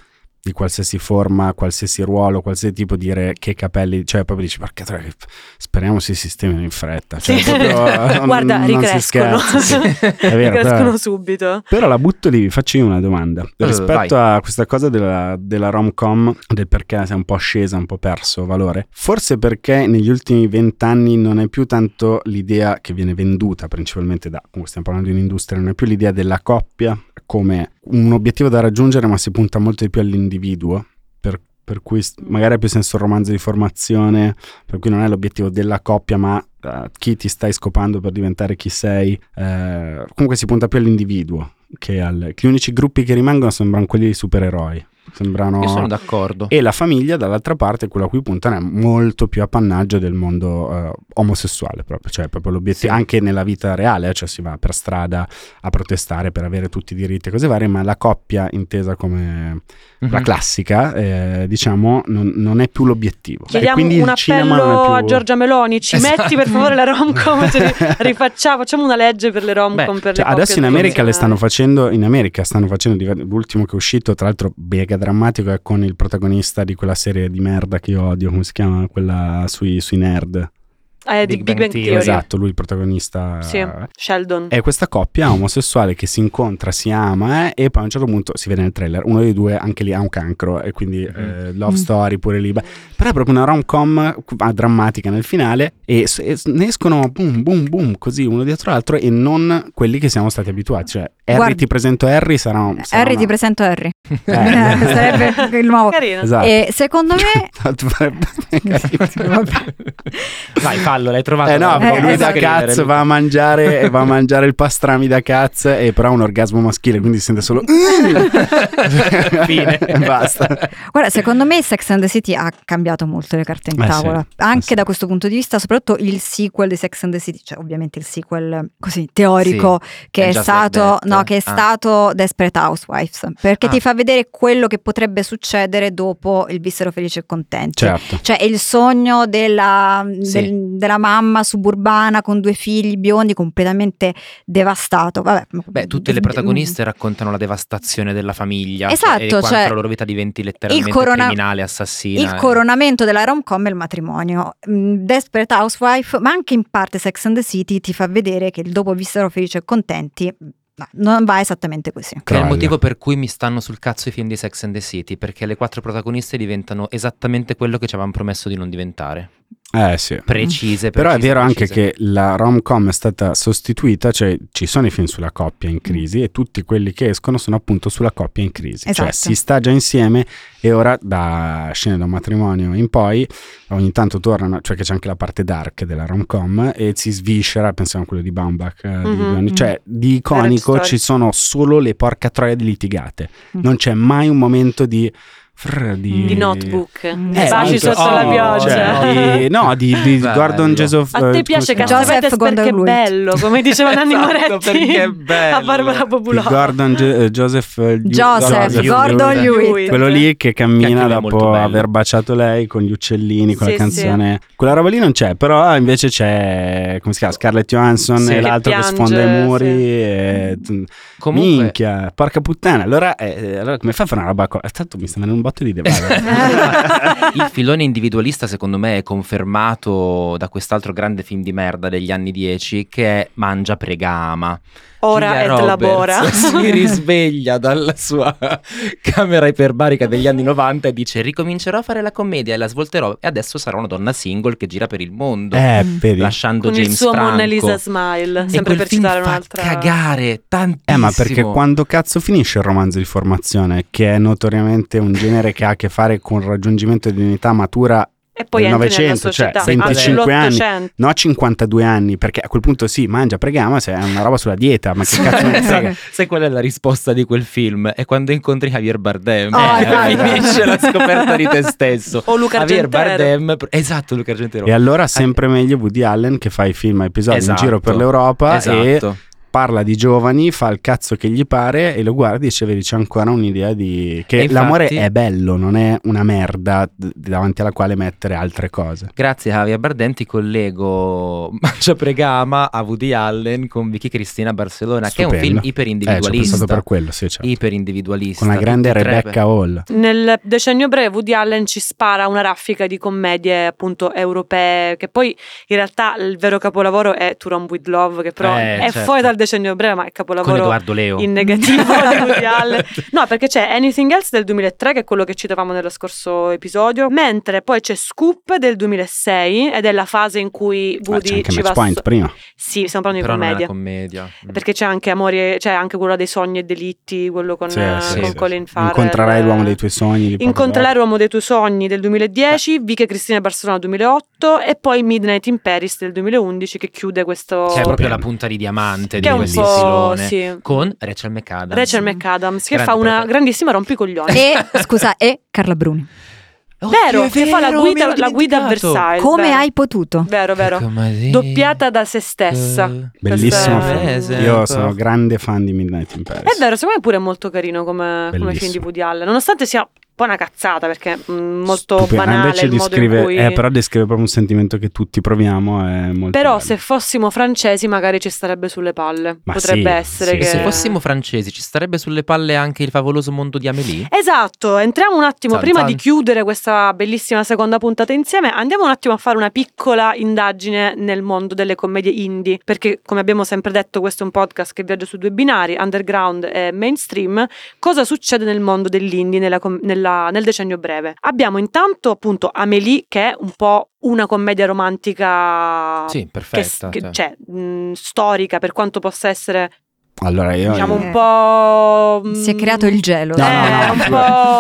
di qualsiasi forma, qualsiasi ruolo, qualsiasi tipo, dire che capelli. Cioè, proprio dici, porca troia, che- speriamo si sistemino in fretta. Cioè, Sì. proprio, non- Guarda, non si ricrescono. scherza, sì. È vero, ricrescono però- subito. Però la butto lì, vi faccio io una domanda. Rispetto a questa cosa della, della rom-com, del perché si è un po' scesa, un po' perso valore, forse perché negli ultimi vent'anni non è più tanto l'idea che viene venduta principalmente da, comunque stiamo parlando di un'industria, non è più l'idea della coppia come un obiettivo da raggiungere, ma si punta molto di più all'individuo. Per, per cui s- magari ha più senso il romanzo di formazione, per cui non è l'obiettivo della coppia, ma eh, chi ti stai scopando per diventare chi sei. eh, comunque si punta più all'individuo che al. Gli unici gruppi che rimangono sembrano quelli dei supereroi. Sembrano. Io sono d'accordo. E la famiglia, dall'altra parte, quella a cui puntano è molto più appannaggio del mondo eh, omosessuale, proprio. Cioè, proprio l'obiettivo. Sì. Anche nella vita reale, eh, cioè si va per strada a protestare per avere tutti i diritti e cose varie, ma la coppia intesa come Mhm. la classica, eh, diciamo, non, non è più l'obiettivo. E Chiediamo quindi un il cinema non appello è più... a Giorgia Meloni, ci Esatto. metti per favore la rom-com, ce li- rifacciamo, facciamo una legge per le Beh, rom-com. per le Cioè, adesso in coppie America le stanno tradizionali. facendo, in America stanno facendo diver- l'ultimo che è uscito, tra l'altro mega drammatico, è con il protagonista di quella serie di merda che io odio, come si chiama? Quella sui, sui nerd. Eh, di Big Big Bang Bang Theory. Theory. Esatto, lui il protagonista. Sì, Sheldon. È questa coppia omosessuale che si incontra, si ama eh, e poi a un certo punto si vede nel trailer, uno dei due anche lì ha un cancro e quindi eh, love Mm. story pure lì. Beh, Però è proprio una rom-com ah, drammatica nel finale e, s- e s- ne escono boom boom boom così uno dietro l'altro e non quelli che siamo stati abituati. Cioè Harry Guarda- ti presento Harry sarà un... sarà Harry, una- ti presento Harry. Eh. Sarebbe il nuovo. Carino. Esatto. E secondo me Tanto farebbe- Vabbè. Vai, fallo, l'hai trovato. Eh no, Dai, perché eh, lui non da scrivere, cazzo lui. va a mangiare e va a mangiare il pastrami da cazzo e però ha un orgasmo maschile, quindi sente solo Fine. Basta. Guarda, secondo me Sex and the City ha cambiato molto le carte in Eh sì, tavola, eh anche sì. da questo punto di vista, soprattutto il sequel di Sex and the City, cioè ovviamente il sequel così teorico che è è, Just Like stato, That. no, che è Ah. stato Desperate Housewives, perché Ah. ti fa vedere quello che potrebbe succedere dopo il vissero felice e contento. Certo. Cioè è il sogno della, Sì. del- della mamma suburbana con due figli biondi completamente devastato. Vabbè, mm. Beh, tutte le protagoniste raccontano la devastazione della famiglia Esatto, e quanto cioè, la loro vita diventi letteralmente il corona- criminale, assassina. Il eh. coronamento della rom-com è il matrimonio. Mm, Desperate Housewife, ma anche in parte Sex and the City, ti fa vedere che il dopo vissero felici e contenti no, non va esattamente così. Che è il Crolla. motivo per cui mi stanno sul cazzo i film di Sex and the City, perché le quattro protagoniste diventano esattamente quello che ci avevano promesso di non diventare. Eh sì. Precise, Però è precise, vero anche precise. che la rom-com è stata sostituita, cioè ci sono i film sulla coppia in crisi e tutti quelli che escono sono appunto sulla coppia in crisi. Esatto. Cioè si sta già insieme e ora da scene da un matrimonio in poi ogni tanto tornano, cioè che c'è anche la parte dark della rom-com e si sviscera, pensiamo a quello di Baumbach, eh, di Mhm. due anni- cioè di iconico Story. ci sono solo le porca troia di litigate, Mm. non c'è mai un momento di... frr, di, Di notebook. Mm. Eh, Baci esatto. sotto la Oh, pioggia. cioè, di- no, di, di Bello. Gordon Joseph. A te eh, piace come si chiama? Joseph Cassavetes perché è Gordon-Levitt. bello, come diceva Nanni Esatto, Moretti perché è bello. a Barbara Di Popolò. Gordon Je- eh, Joseph. eh, Liu- Joseph, Joseph Gordon Lewitt. Lewitt. Lewitt. Quello lì che Che cammina anche lui è molto dopo bello. aver baciato lei con gli uccellini, con Sì, la sì. canzone. Quella roba lì non c'è, però eh, invece c'è come si chiama? Scarlett Johansson Sì. e Che l'altro che, piange, sfonda i muri. sì. e- mm, Comunque, Minchia, porca puttana. Allora, eh, allora come fa a fare una roba? co- Eh, Tanto mi sta venendo un botto di devare. il filone individualista secondo me è confermato da quest'altro grande film di merda degli anni 10 che è Mangia, Prega, Ama. Ora Giulia et Roberts labora. si risveglia dalla sua camera iperbarica degli anni 90 e dice ricomincerò a fare la commedia e la svolterò e adesso sarò una donna single che gira per il mondo eh, Mm. vedi. lasciando Con James il suo Franco Mona Lisa Smile, e sempre quel per film citare fa un'altra. cagare tantissimo Eh, ma perché quando cazzo finisce il romanzo di formazione, che è notoriamente un genere che ha a che fare con il raggiungimento di un'età matura E poi Del entri nella 900, cioè, società. 25 anni. All'Ottocento. No, a 52 anni, perché a quel punto sì, mangia, prega, ma se è una roba sulla dieta, ma che cazzo ne frega? Eh. Sai, sai qual è la risposta di quel film? È quando incontri Javier Bardem. Ah, Eh, esatto. finisce la scoperta di te stesso. O Oh, Luca Javier Argentero. Bardem, esatto, Luca Argentero. E allora sempre meglio Woody Allen che fa i film a episodi Esatto. in giro per l'Europa e Esatto. parla di giovani, fa il cazzo che gli pare e lo guardi e dice vedi c'è ancora un'idea di... che E infatti- l'amore è bello, non è una merda d- davanti alla quale mettere altre cose. Grazie Javier Bardem ti collego Mancia Pregama a Woody Allen con Vicky Cristina Barcellona, che è un Stupendo. film Eh, ci ho pensato iperindividualista. per quello, sì, certo. iperindividualista. Con la grande tutti e tre, beh. Rebecca Hall. Nel decennio breve Woody Allen ci spara una raffica di commedie appunto europee che poi in realtà il vero capolavoro è To Run With Love che però Eh, è certo. fuori dal decennio breve ma è Con capolavoro Edoardo Leo. in negativo di Woody Allen. No, perché c'è Anything Else del 2003, che è quello che citavamo nello scorso episodio, mentre poi c'è Scoop del 2006, ed è la fase in cui Ah, c'è Woody anche ci Match va... Point so- prima. sì, stiamo parlando Però di non è commedia. una commedia. Mm. perché c'è anche Amore, c'è anche quello dei sogni e delitti, quello con, Sì, eh, sì, con sì, Colin sì. Farrell. Incontrerai l'uomo dei tuoi sogni. di Paolo Incontrerai l'uomo dei tuoi sogni del 2010, Vicky e Cristina Barcellona 2008 e poi Midnight in Paris del 2011 che chiude questo... C'è Mm. Cioè, proprio la Stupendo. punta di diamante che di è un questo po'... filone. sì. Con Rachel McAdams. Rachel McAdams che Grande fa una prota- grandissima rompicoglioni. E, scusa, e Carla Bruni. Oddio, Vero, Oh, è che fa la vero, guida, me l'ho la guida a dimenticato. Versailles. Come vero. hai potuto? Vero, vero. Come- Doppiata da se stessa. Eh, Bellissimo Questa- film. Mese, Io ancora. sono grande fan di Midnight in Paris. È vero, secondo me pure è molto carino come, come Bellissimo. film di Woody Allen, nonostante sia un po' una cazzata perché mh, molto Stupendo. Ah, banale Invece il modo descrive, in cui... eh, però descrive proprio un sentimento che tutti proviamo. È molto Però bello. se fossimo francesi magari ci starebbe sulle palle. Ma Potrebbe sì, essere sì. che... E se fossimo francesi, ci starebbe sulle palle anche il favoloso mondo di Amélie? Esatto, entriamo un attimo, Zan, prima zan. di chiudere questa bellissima seconda puntata insieme, andiamo un attimo a fare una piccola indagine nel mondo delle commedie indie, perché come abbiamo sempre detto questo è un podcast che viaggia su due binari, underground e mainstream, cosa succede nel mondo dell'indie nella com- nella- nel decennio breve? Abbiamo intanto appunto Amélie che è un po' una commedia romantica... Sì, che s- perfetta. che- cioè. cioè, mh, storica per quanto possa essere Allora io, diciamo un Eh. po' mh, Si è creato il gelo. No, no, eh, no, un figurati.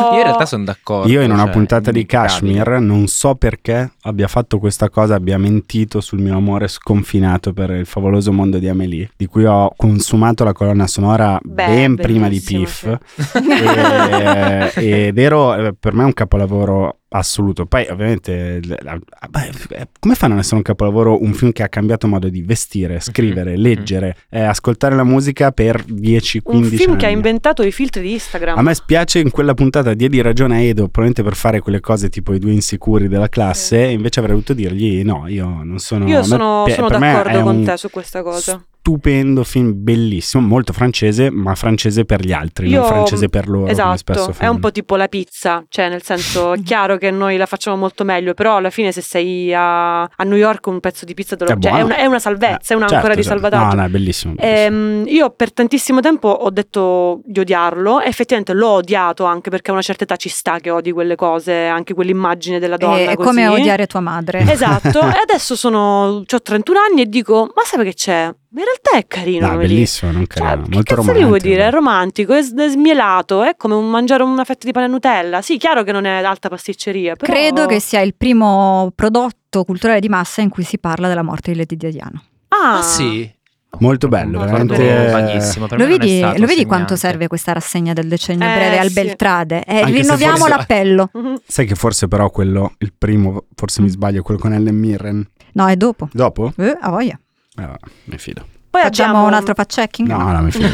po'- Io in realtà sono d'accordo. io in una cioè, puntata di indimenticabile. Kashmir non so perché abbia fatto questa cosa, abbia mentito sul mio amore sconfinato per il favoloso mondo di Amélie, di cui ho consumato la colonna sonora Beh, ben prima di bellissimo, Piff. sì. E- ed ero eh, per me è un capolavoro assoluto. Poi, ovviamente, l- la- ah, beh, eh, come fanno ad essere un capolavoro un film che ha cambiato modo di vestire, scrivere, Mhm. leggere, eh, ascoltare la musica per 10-15 un anni? film che ha inventato i filtri di Instagram. A me spiace in quella puntata diedi ragione a Edo, probabilmente per fare quelle cose tipo i due insicuri della classe, invece avrei dovuto dirgli no, io non sono... a Io me sono, pi- sono per me è d'accordo con un te su questa cosa. Stupendo film, bellissimo, molto francese, ma francese per gli altri, Io- non francese per loro. come spesso Esatto, è fanno. un po' tipo la pizza, cioè nel senso è chiaro che noi la facciamo molto meglio, però alla fine se sei a, a New York un pezzo di pizza te lo- È cioè, è, buono. una, è una salvezza, è un'ancora Certo, di certo. salvataggio. No, no, è bellissimo. bellissimo. Ehm, io per tantissimo tempo ho detto di odiarlo, effettivamente l'ho odiato anche perché a una certa età ci sta che odi quelle cose, anche quell'immagine della donna. Eh, È, è così. come odiare tua madre. Esatto, e adesso sono, ho 31 anni e dico, ma sai che c'è? In realtà è carino. no, come lì. bellissimo, non Cioè, carino, che molto cazzo romantico. gli vuoi dire? È romantico, è, s- è smielato, è come un- mangiare una fetta di pane e Nutella. Sì, chiaro che non è alta pasticceria, però... Credo che sia il primo prodotto culturale di massa in cui si parla della morte di Lady Diana. Ah, Ah, sì. Molto bello, Un veramente- ricordo vaghissimo, per Lo me non è vedi, stato lo vedi quanto segnante. serve questa rassegna del decennio Eh, breve al sì. Beltrade? Eh, Anche se rinnoviamo forse- l'appello. Mhm. Sai che forse però quello, il primo, forse Mm. mi sbaglio, quello con Ellen Mirren. No, è dopo. Dopo? Eh, a voglia. Eh, va, mi fido. Poi Facciamo abbiamo... un altro fact checking? No, no, mi fido.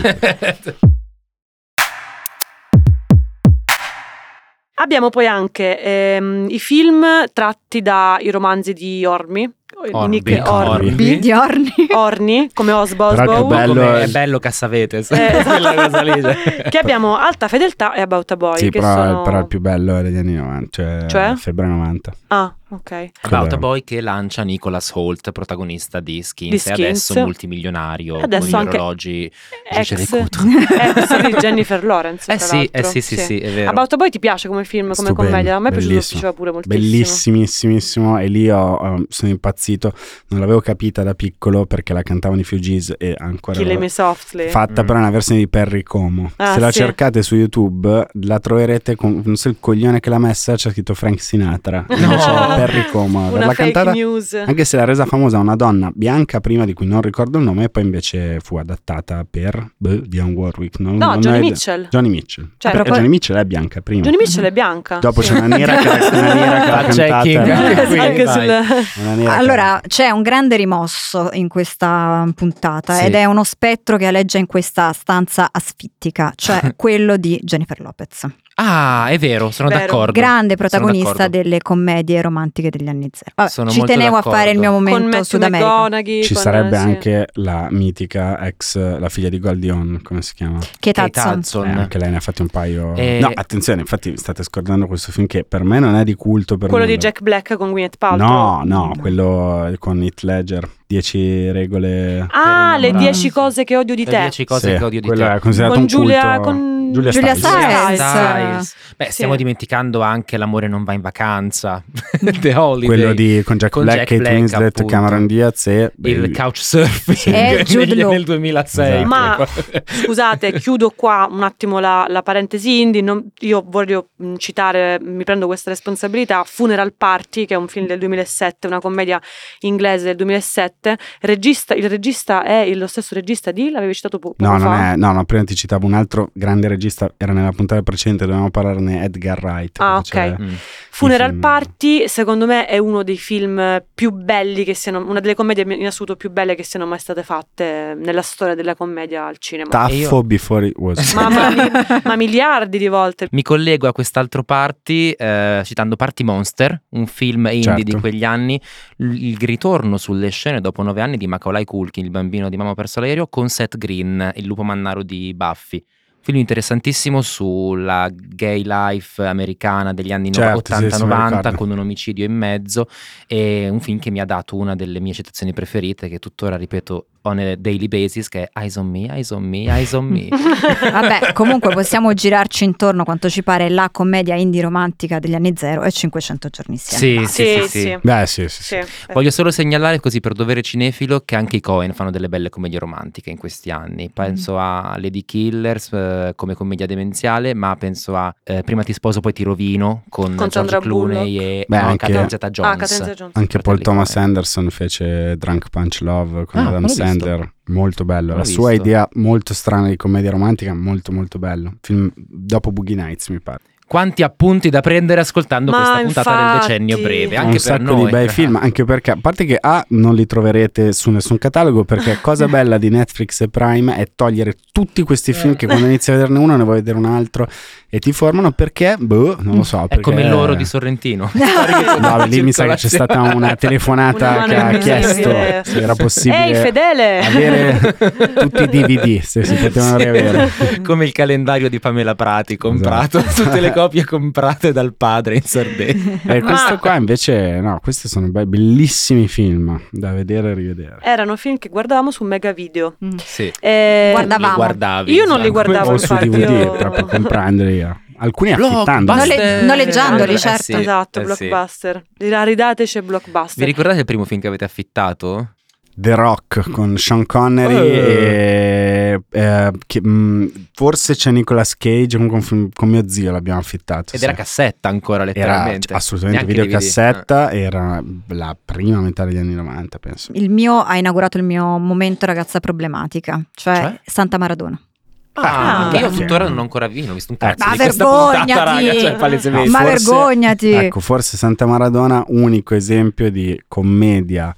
Abbiamo poi anche ehm, i film tratti dai romanzi di Ormi, Orbi. Nick Orbi. Ormi, Di Giorni. Orni, come Osborne. Però che Osborne. bello Come è- è bello Cassavetes. Eh, esatto. Quella cosa lì, cioè. che abbiamo Alta Fedeltà e About a Boy. Sì, che però, sono... però il più bello è degli anni 90, cioè, Cioè? febbre 90. Ah, ok. About a Quello- Boy che lancia Nicolas Holt, protagonista di Skins, Di Skins. e adesso multimilionario Adesso con gli anche- orologi Ex, ricevuto. ex di Jennifer Lawrence. Eh tra sì, eh l'altro. sì, sì, sì, è vero. About a Boy ti piace come film, come Stupendo, commedia? A me è piaciuto, bellissimo. piaceva pure moltissimo. Bellissimissimo e lì ho, ehm, sono impazzito. Non l'avevo capita da piccolo perché la cantavano i Fugees e ancora... Kill Me Softly. Fatta Mm. però è una versione di Perry Como. Ah, Se la sì. cercate su YouTube la troverete con non so il coglione che l'ha messa, c'è scritto Frank Sinatra. Invece era Perry Como. Una L'ha fake cantata news. anche se l'ha resa famosa una donna bianca prima di cui non ricordo il nome e poi invece fu adattata per boh, Dion Warwick. Non, No, non Johnny ho idea. Mitchell. Johnny Mitchell. Cioè, Perché proprio- Johnny Mitchell è bianca prima. Johnny Mitchell è bianca. Dopo sì. c'è una nera che, una nera che l'ha Fact checking. cantata. Anche qui, anche vai. sul... Una nera che- Allora, c'è un grande rimosso in questa puntata Sì. ed è uno spettro che aleggia in questa stanza asfittica, cioè quello di Jennifer Lopez, Ah, è vero, sono Vero. d'accordo. grande protagonista d'accordo. delle commedie romantiche degli anni zero. Vabbè, Sono ci molto tenevo a d'accordo. fare il mio con momento Matthew Sud America, McConaughey. Ci con- sarebbe sì. anche la mitica ex, la figlia di Goldion, come si chiama? che Kate tazzo. Eh, Hudson. anche lei ne ha fatti un paio. Eh. No, attenzione, infatti vi state scordando questo film che per me non è di culto. Per Quello di nulla. Jack Black con Gwyneth Paltrow. No, no, No. quello con Heath Ledger, 10 regole. Ah, Per le innamorarsi. 10 cose che odio di Le te. 10 cose Sì, che odio di quello te. è considerato Con un Giulia- culto. con- Giulia, Giulia Stiles. Stiles. Stiles. Beh, Sì. stiamo dimenticando anche L'amore non va in vacanza. The Holiday. Quello di, con Jack Con Black, Jack Kate Black, Winslet, appunto. Cameron Diaz e Il couchsurfing E Jude nel, Law. nel 2006. Esatto. Ma- Scusate, chiudo qua un attimo la, la parentesi indie. non- io voglio mh, citare, mi prendo questa responsabilità, Funeral Party, che è un film del 2007, una commedia inglese del 2007. Regista- il regista è il- lo stesso regista di, l'avevi citato po- poco No, fa. non è, no, no, prima ti citavo un altro grande regista, era nella puntata precedente, dovevamo parlarne, Edgar Wright. Ah, che faceva- ok. Mm. I Funeral film- Party, secondo me, è uno dei film più belli che siano, una delle commedie in assoluto più belle che siano mai state fatte nella storia della commedia al cinema. Taffo E io- before it was. Mamma mia, ma miliardi di volte. Mi collego a quest'altro party eh, citando Party Monster, un film indie Certo. di quegli anni, l- il ritorno sulle scene dopo nove anni di Macaulay Culkin, il bambino di Mamma perso l'aereo, con Seth Green, il lupo mannaro di Buffy. Film interessantissimo sulla gay life americana degli anni no- Certo, sì, sì, me lo 80-90 ricordo. con un omicidio in mezzo e un film che mi ha dato una delle mie citazioni preferite che tuttora ripeto on a daily basis che è Eyes on me, Eyes on me, Eyes on me. Vabbè, comunque possiamo girarci intorno quanto ci pare la commedia indie romantica degli anni zero e 500 giorni insieme. Basta. Sì, sì, sì, sì. Beh, sì, sì, sì. sì, eh. Voglio solo segnalare così per dovere cinefilo che anche i Cohen fanno delle belle commedie romantiche in questi Mm-hmm. anni. Penso a Lady Killers eh, come commedia demenziale, ma penso a eh, Prima ti sposo poi ti rovino con, Con George Sandra Clooney e Beh, no, anche- Catherine Zeta-Jones. Ah, Catenza Jones. Anche Paul Fratelli Thomas Coen. Anderson fece Drunk Punch Love con Ah, Adam l'ho visto. Sandler, molto bello. L'ho La sua visto. idea molto strana di commedia romantica, molto molto bello. Film dopo Boogie Nights, mi pare. Quanti appunti da prendere ascoltando Ma questa puntata del infatti. decennio breve, un anche per sacco noi. di bei film, anche perché a parte che A non li troverete su nessun catalogo, perché cosa bella di Netflix e Prime è togliere tutti Eh. questi film che quando inizi a vederne uno ne vuoi vedere un altro e ti formano perché boh, non lo so, È come perché- l'oro di Sorrentino. No, lì mi sa che c'è stata una telefonata Una che ha mano chiesto invisibile. se era possibile Ehi, fedele! avere tutti i DVD se si potevano Sì. riavere. Come il calendario di Pamela Prati comprato, Esatto. tutte le copie comprate dal padre in Sardegna. E questo Ma- qua invece, no, questi sono bei- bellissimi film da vedere e rivedere. Erano film che guardavamo su Mega Video. Mm. Sì. Eh, Guardavamo. Li guardavi, esatto. Io non insomma. li guardavo, o su infatti, DVD io- proprio comprandoli eh. alcuni Blockbuster. affittandoli Nole- noleggiandoli, Eh, certo. sì, esatto, eh, sì. Blockbuster. Ridateci Vi Blockbuster. ricordate il primo film che avete affittato? The Rock con Sean Connery e eh, che, mh, forse c'è Nicolas Cage comunque un film con mio zio l'abbiamo affittato Ed sì. era cassetta ancora, era letteralmente. assolutamente Neanche videocassetta era la prima metà degli anni 90 penso Il mio ha inaugurato il mio momento ragazza problematica, cioè, Cioè? Santa Maradona. Ah, Ah, che io ok. tuttora non ho ancora visto, non ho visto un Eh, cazzo ma di questa puntata, raga, vergognati! cioè, palesemente. Ma forse- vergognati! Ecco, forse Santa Maradona, unico esempio di commedia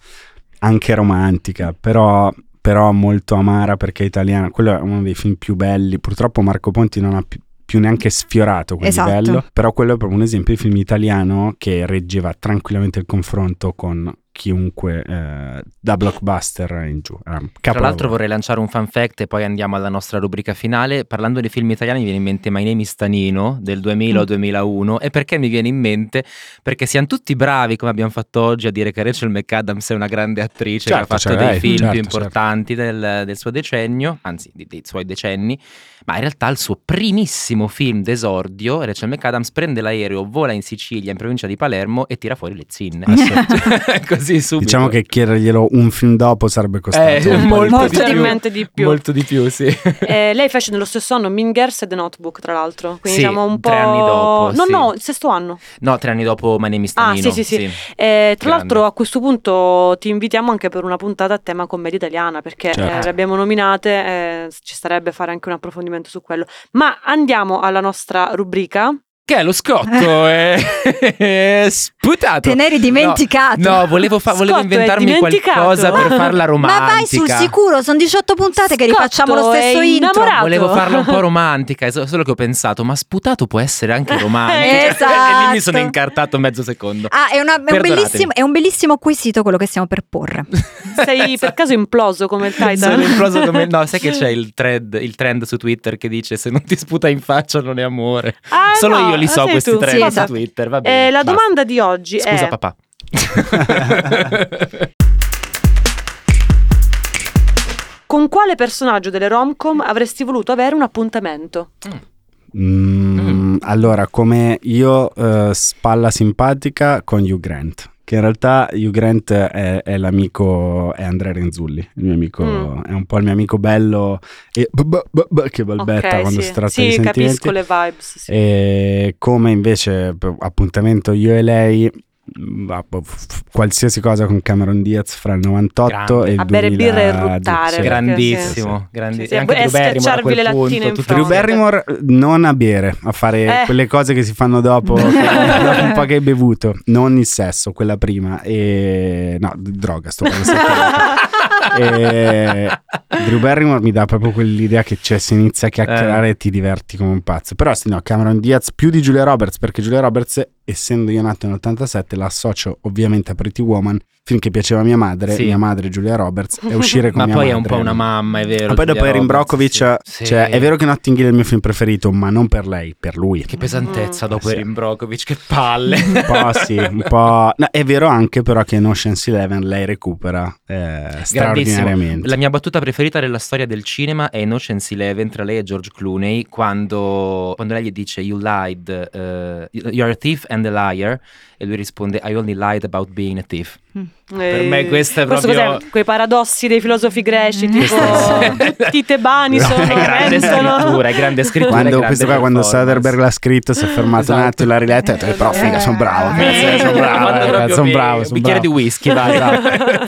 anche romantica, però, però molto amara perché è italiana. Quello è uno dei film più belli. Purtroppo Marco Ponti non ha pi- più neanche sfiorato quel Esatto. livello, però quello è proprio un esempio di film italiano che reggeva tranquillamente il confronto con chiunque eh, da blockbuster in giù. Era Tra un l'altro capolavoro. vorrei lanciare un fan fact e poi andiamo alla nostra rubrica finale. Parlando di film italiani mi viene in mente My Name is Tanino del 2000 o Mm. 2001 e perché mi viene in mente? Perché siamo tutti bravi come abbiamo fatto oggi a dire che Rachel McAdams è una grande attrice Certo, che ha fatto cioè, dei eh, film certo, più certo. importanti del, del suo decennio, anzi di- dei suoi decenni, ma in realtà il suo primissimo film d'esordio, Rachel McAdams prende l'aereo, vola in Sicilia in provincia di Palermo e tira fuori le zinne. Ah, sì. Cioè, così subito. Diciamo che chiederglielo un film dopo sarebbe costato Eh, un po' di- molto Molto di di più. mente di più. Molto di più, sì. Eh, lei fece nello stesso anno Mean Girls e The Notebook, tra l'altro. Quindi Sì, diciamo un po'. tre anni dopo, No, sì. no, il sesto anno. No, tre anni dopo My Name is Ah, Tonino, sì, sì, sì. Eh, tra Grande. l'altro, a questo punto ti invitiamo anche per una puntata a tema commedia italiana, perché Certo. eh, le abbiamo nominate, eh, ci starebbe fare anche un approfondimento su quello. Ma andiamo alla nostra rubrica. Che è lo scotto, è, è sputato. Te n'eri dimenticato. No, volevo, fa- volevo Scotto è inventarmi dimenticato. qualcosa per farla Ma romantica. vai sul sicuro, sono 18 puntate che Scotto rifacciamo lo è stesso intro. innamorato. Volevo farla un po' romantica, è so- solo che ho pensato, ma sputato può essere anche romantica. Esatto. e lì mi sono incartato mezzo secondo. Ah, è, una- è un Perdonatemi. bellissimo, è un bellissimo quesito quello che stiamo per porre. Sei per caso imploso come il Titan? Sono imploso come... No, sai che c'è il thread- il trend su Twitter che dice se non ti sputa in faccia non è amore. Ah, Solo no, io li ah, so sei questi tu. trend Sì, su esatto. Twitter. Va bene, Eh, la basta. domanda di oggi Scusa è: papà. con quale personaggio delle romcom avresti voluto avere un appuntamento? Mm, Allora, come io eh, spalla simpatica con Hugh Grant. Che in realtà Hugh Grant è, è l'amico, è Andrea Renzulli, il mio amico, Mm. è un po' il mio amico bello e b- b- b- b- che balbetta Ok, quando sì. si tratta Sì, di Eh, sentimenti. capisco le vibes. sì. E come invece p- appuntamento io e lei, mh, va- p- f- qualsiasi cosa con Cameron Diaz fra il 98 Grande. e il A bere 2000 birra e ruttare, sì. perché- grandissimo, grandissimo. Sì, sì, E anche e Drew Barrymore a schiacciarvi le quel lattine punto, in tutti- Drew fronte. Barrymore eh, non a bere, a fare Eh. quelle cose che si fanno dopo, che- dopo un po' che hai bevuto, non il sesso, quella prima, e no, d- droga, sto pensando. E- Eh, Drew Barrymore mi dà proprio quell'idea che c'è, se inizia a chiacchierare Eh. e ti diverti come un pazzo. Però sì, no, Cameron Diaz più di Giulia Roberts, perché Giulia Roberts, essendo io nato nell'87, la associo ovviamente a Pretty Woman, finché piaceva a mia madre, Sì. mia madre Giulia Roberts, e uscire con Ma mia poi madre. è un po' una mamma, è vero. Ma poi dopo Julia Erin Brockovich, Roberts, sì. cioè, Sì. è vero che Notting Hill è il mio film preferito, ma non per lei, per lui. Che pesantezza Mm. dopo Sì. Erin Brockovich, che palle. Un po' sì, un po'... no, è vero anche però che in Ocean's Eleven lei recupera eh, straordinariamente. La mia battuta preferita della storia del cinema è Innocence Eleven tra lei e George Clooney quando, quando lei gli dice You lied, eh, you're a thief and a liar e lui risponde I only lied about being a thief. Per Eh, me questo è proprio- cos'è? quei paradossi dei filosofi greci, Mm. tipo Questo è- tutti i tebani No, sono è grande pentono. scrittura, è grande scrittura. Quando, grande questo qua, quando performance. Soderbergh l'ha scritto, si è fermato un Esatto. attimo, l'ha riletto e ha detto: "Eh, Però, figa, sono bravo. Eh, sono Manda bravo, proprio sono bene. bravo. Un bicchiere di whisky, vai.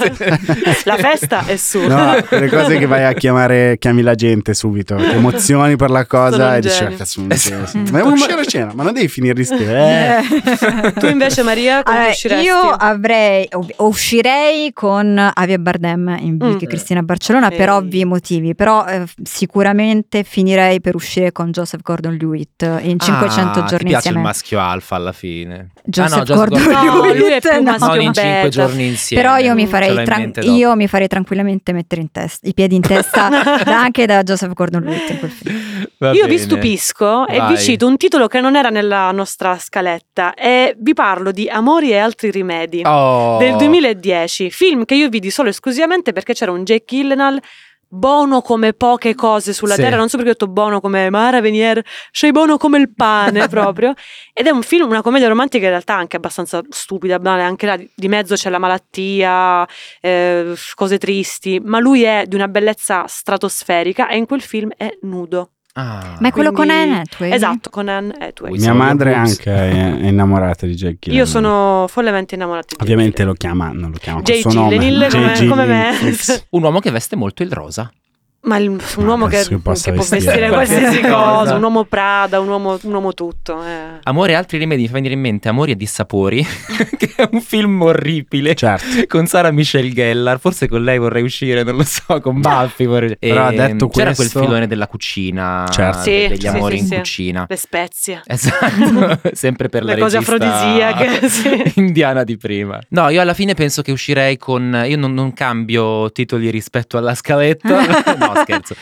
La festa è su. No, le cose che vai a chiamare, chiami la gente subito, ti emozioni per la Sono un cosa e dici: genio. "Ah, cazzo, non c'è". Ma devo uscire a cena, ma non devi finire di scrivere. Eh. Tu invece Maria, come Allora, usciresti? Eh, io avrei, ov- uscirei con Avia Bardem in Mm. Vicky Cristina a Barcellona per Ehi. ovvi motivi, però eh, sicuramente finirei per uscire con Joseph Gordon-Lewitt in 500 Ah, giorni Ti piace il insieme. maschio alfa alla fine. Joseph Ah, no, Joseph Gordon-Levitt. Gordon-Lewitt, No, lui è più no. Non maschio in beta. cinque giorni insieme. Però io mi, Ce Ce farei l'ho in tran- mente dopo. io mi farei tranquillamente mettere in testa, i piedi in testa da- anche da Joseph Gordon-Lewitt in quel film. Va Io vi bene. stupisco e Vai. vi cito un titolo che non era nella nostra scaletta e vi parlo di Amori e altri rimedi Oh. del 2010, film che io vidi solo e esclusivamente perché c'era un Jake Gyllenhaal buono come poche cose sulla Sì. terra, non so perché ho detto buono come Mara Venier, sei buono come il pane proprio, ed è un film, una commedia romantica in realtà anche abbastanza stupida, banale, anche là di- di mezzo c'è la malattia, eh, cose tristi, ma lui è di una bellezza stratosferica e in quel film è nudo. Ah. Ma è quello con Quindi- Anne Hathaway? Esatto, con Anne Hathaway. Mia Sono madre boobs. anche è è innamorata di Jack Io sono follemente innamorata di Ovviamente Jake lo chiama, non lo chiama col Jay suo nome. Gyllenhaal Jay come- come me. Gyllenhaal. Un uomo che veste molto il rosa. Ma il- un Ma uomo che, penso che possa che può vestire vestire qualsiasi qualsiasi cosa. cosa, un uomo Prada, un uomo, un uomo tutto. eh. Amore e altri rimedi mi fa venire in mente Amori e dissapori, che è un film orribile. Certo. Con Sara Michelle Gellar, forse con lei vorrei uscire, non lo so, con Buffy vorrei... Però ha E, detto C'era questo- quel filone della cucina, Certo. Sì, degli sì, amori sì, in sì. cucina. Le spezie. Esatto, sempre per la Le cose regista afrodisiache, sì. indiana di prima. No, io alla fine penso che uscirei con... Io non, non cambio titoli rispetto alla scaletta. no, scherzo.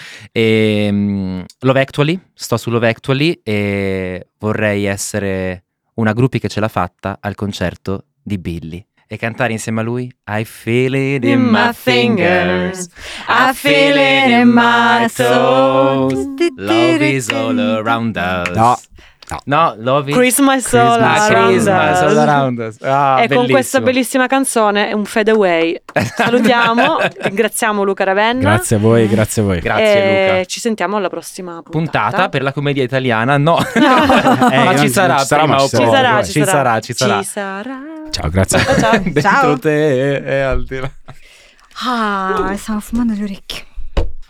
Ehm, Love Actually, sto su Love Actually e vorrei essere una gruppi che ce l'ha fatta al concerto di Billy. E cantare insieme a lui I feel it in my fingers I feel it in my toes Love is all around us No. No, Love It. Christmas, all Ah, around Christmas, us. all around us. Ah, e con bellissimo. questa bellissima canzone, un fade away. Salutiamo, ringraziamo Luca Ravenna. Grazie a voi, grazie a voi. Grazie, e Luca. Ci sentiamo alla prossima puntata. Puntata per la commedia italiana, no. Eh, ma non ci ci sarà, sarà, prima ma o ci sarà. poi. Ci sarà, ci sarà, ci sarà. Ci sarà. Ciao, grazie. Ciao, ciao. Dentro Ciao. te e, e al di là. Ah, stavo fumando le orecchie.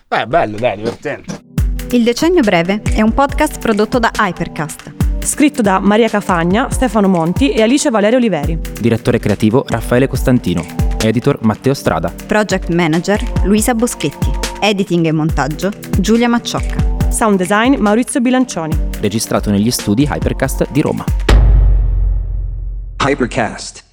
Beh, Eh, bello, dai, divertente. Il decennio breve è un podcast prodotto da Hypercast. Scritto da Maria Cafagna, Stefano Monti e Alice Valerio Oliveri. Direttore creativo Raffaele Costantino. Editor Matteo Strada. Project Manager Luisa Boschetti. Editing e montaggio Giulia Macciocca. Sound design Maurizio Bilancioni. Registrato negli studi Hypercast di Roma. Hypercast.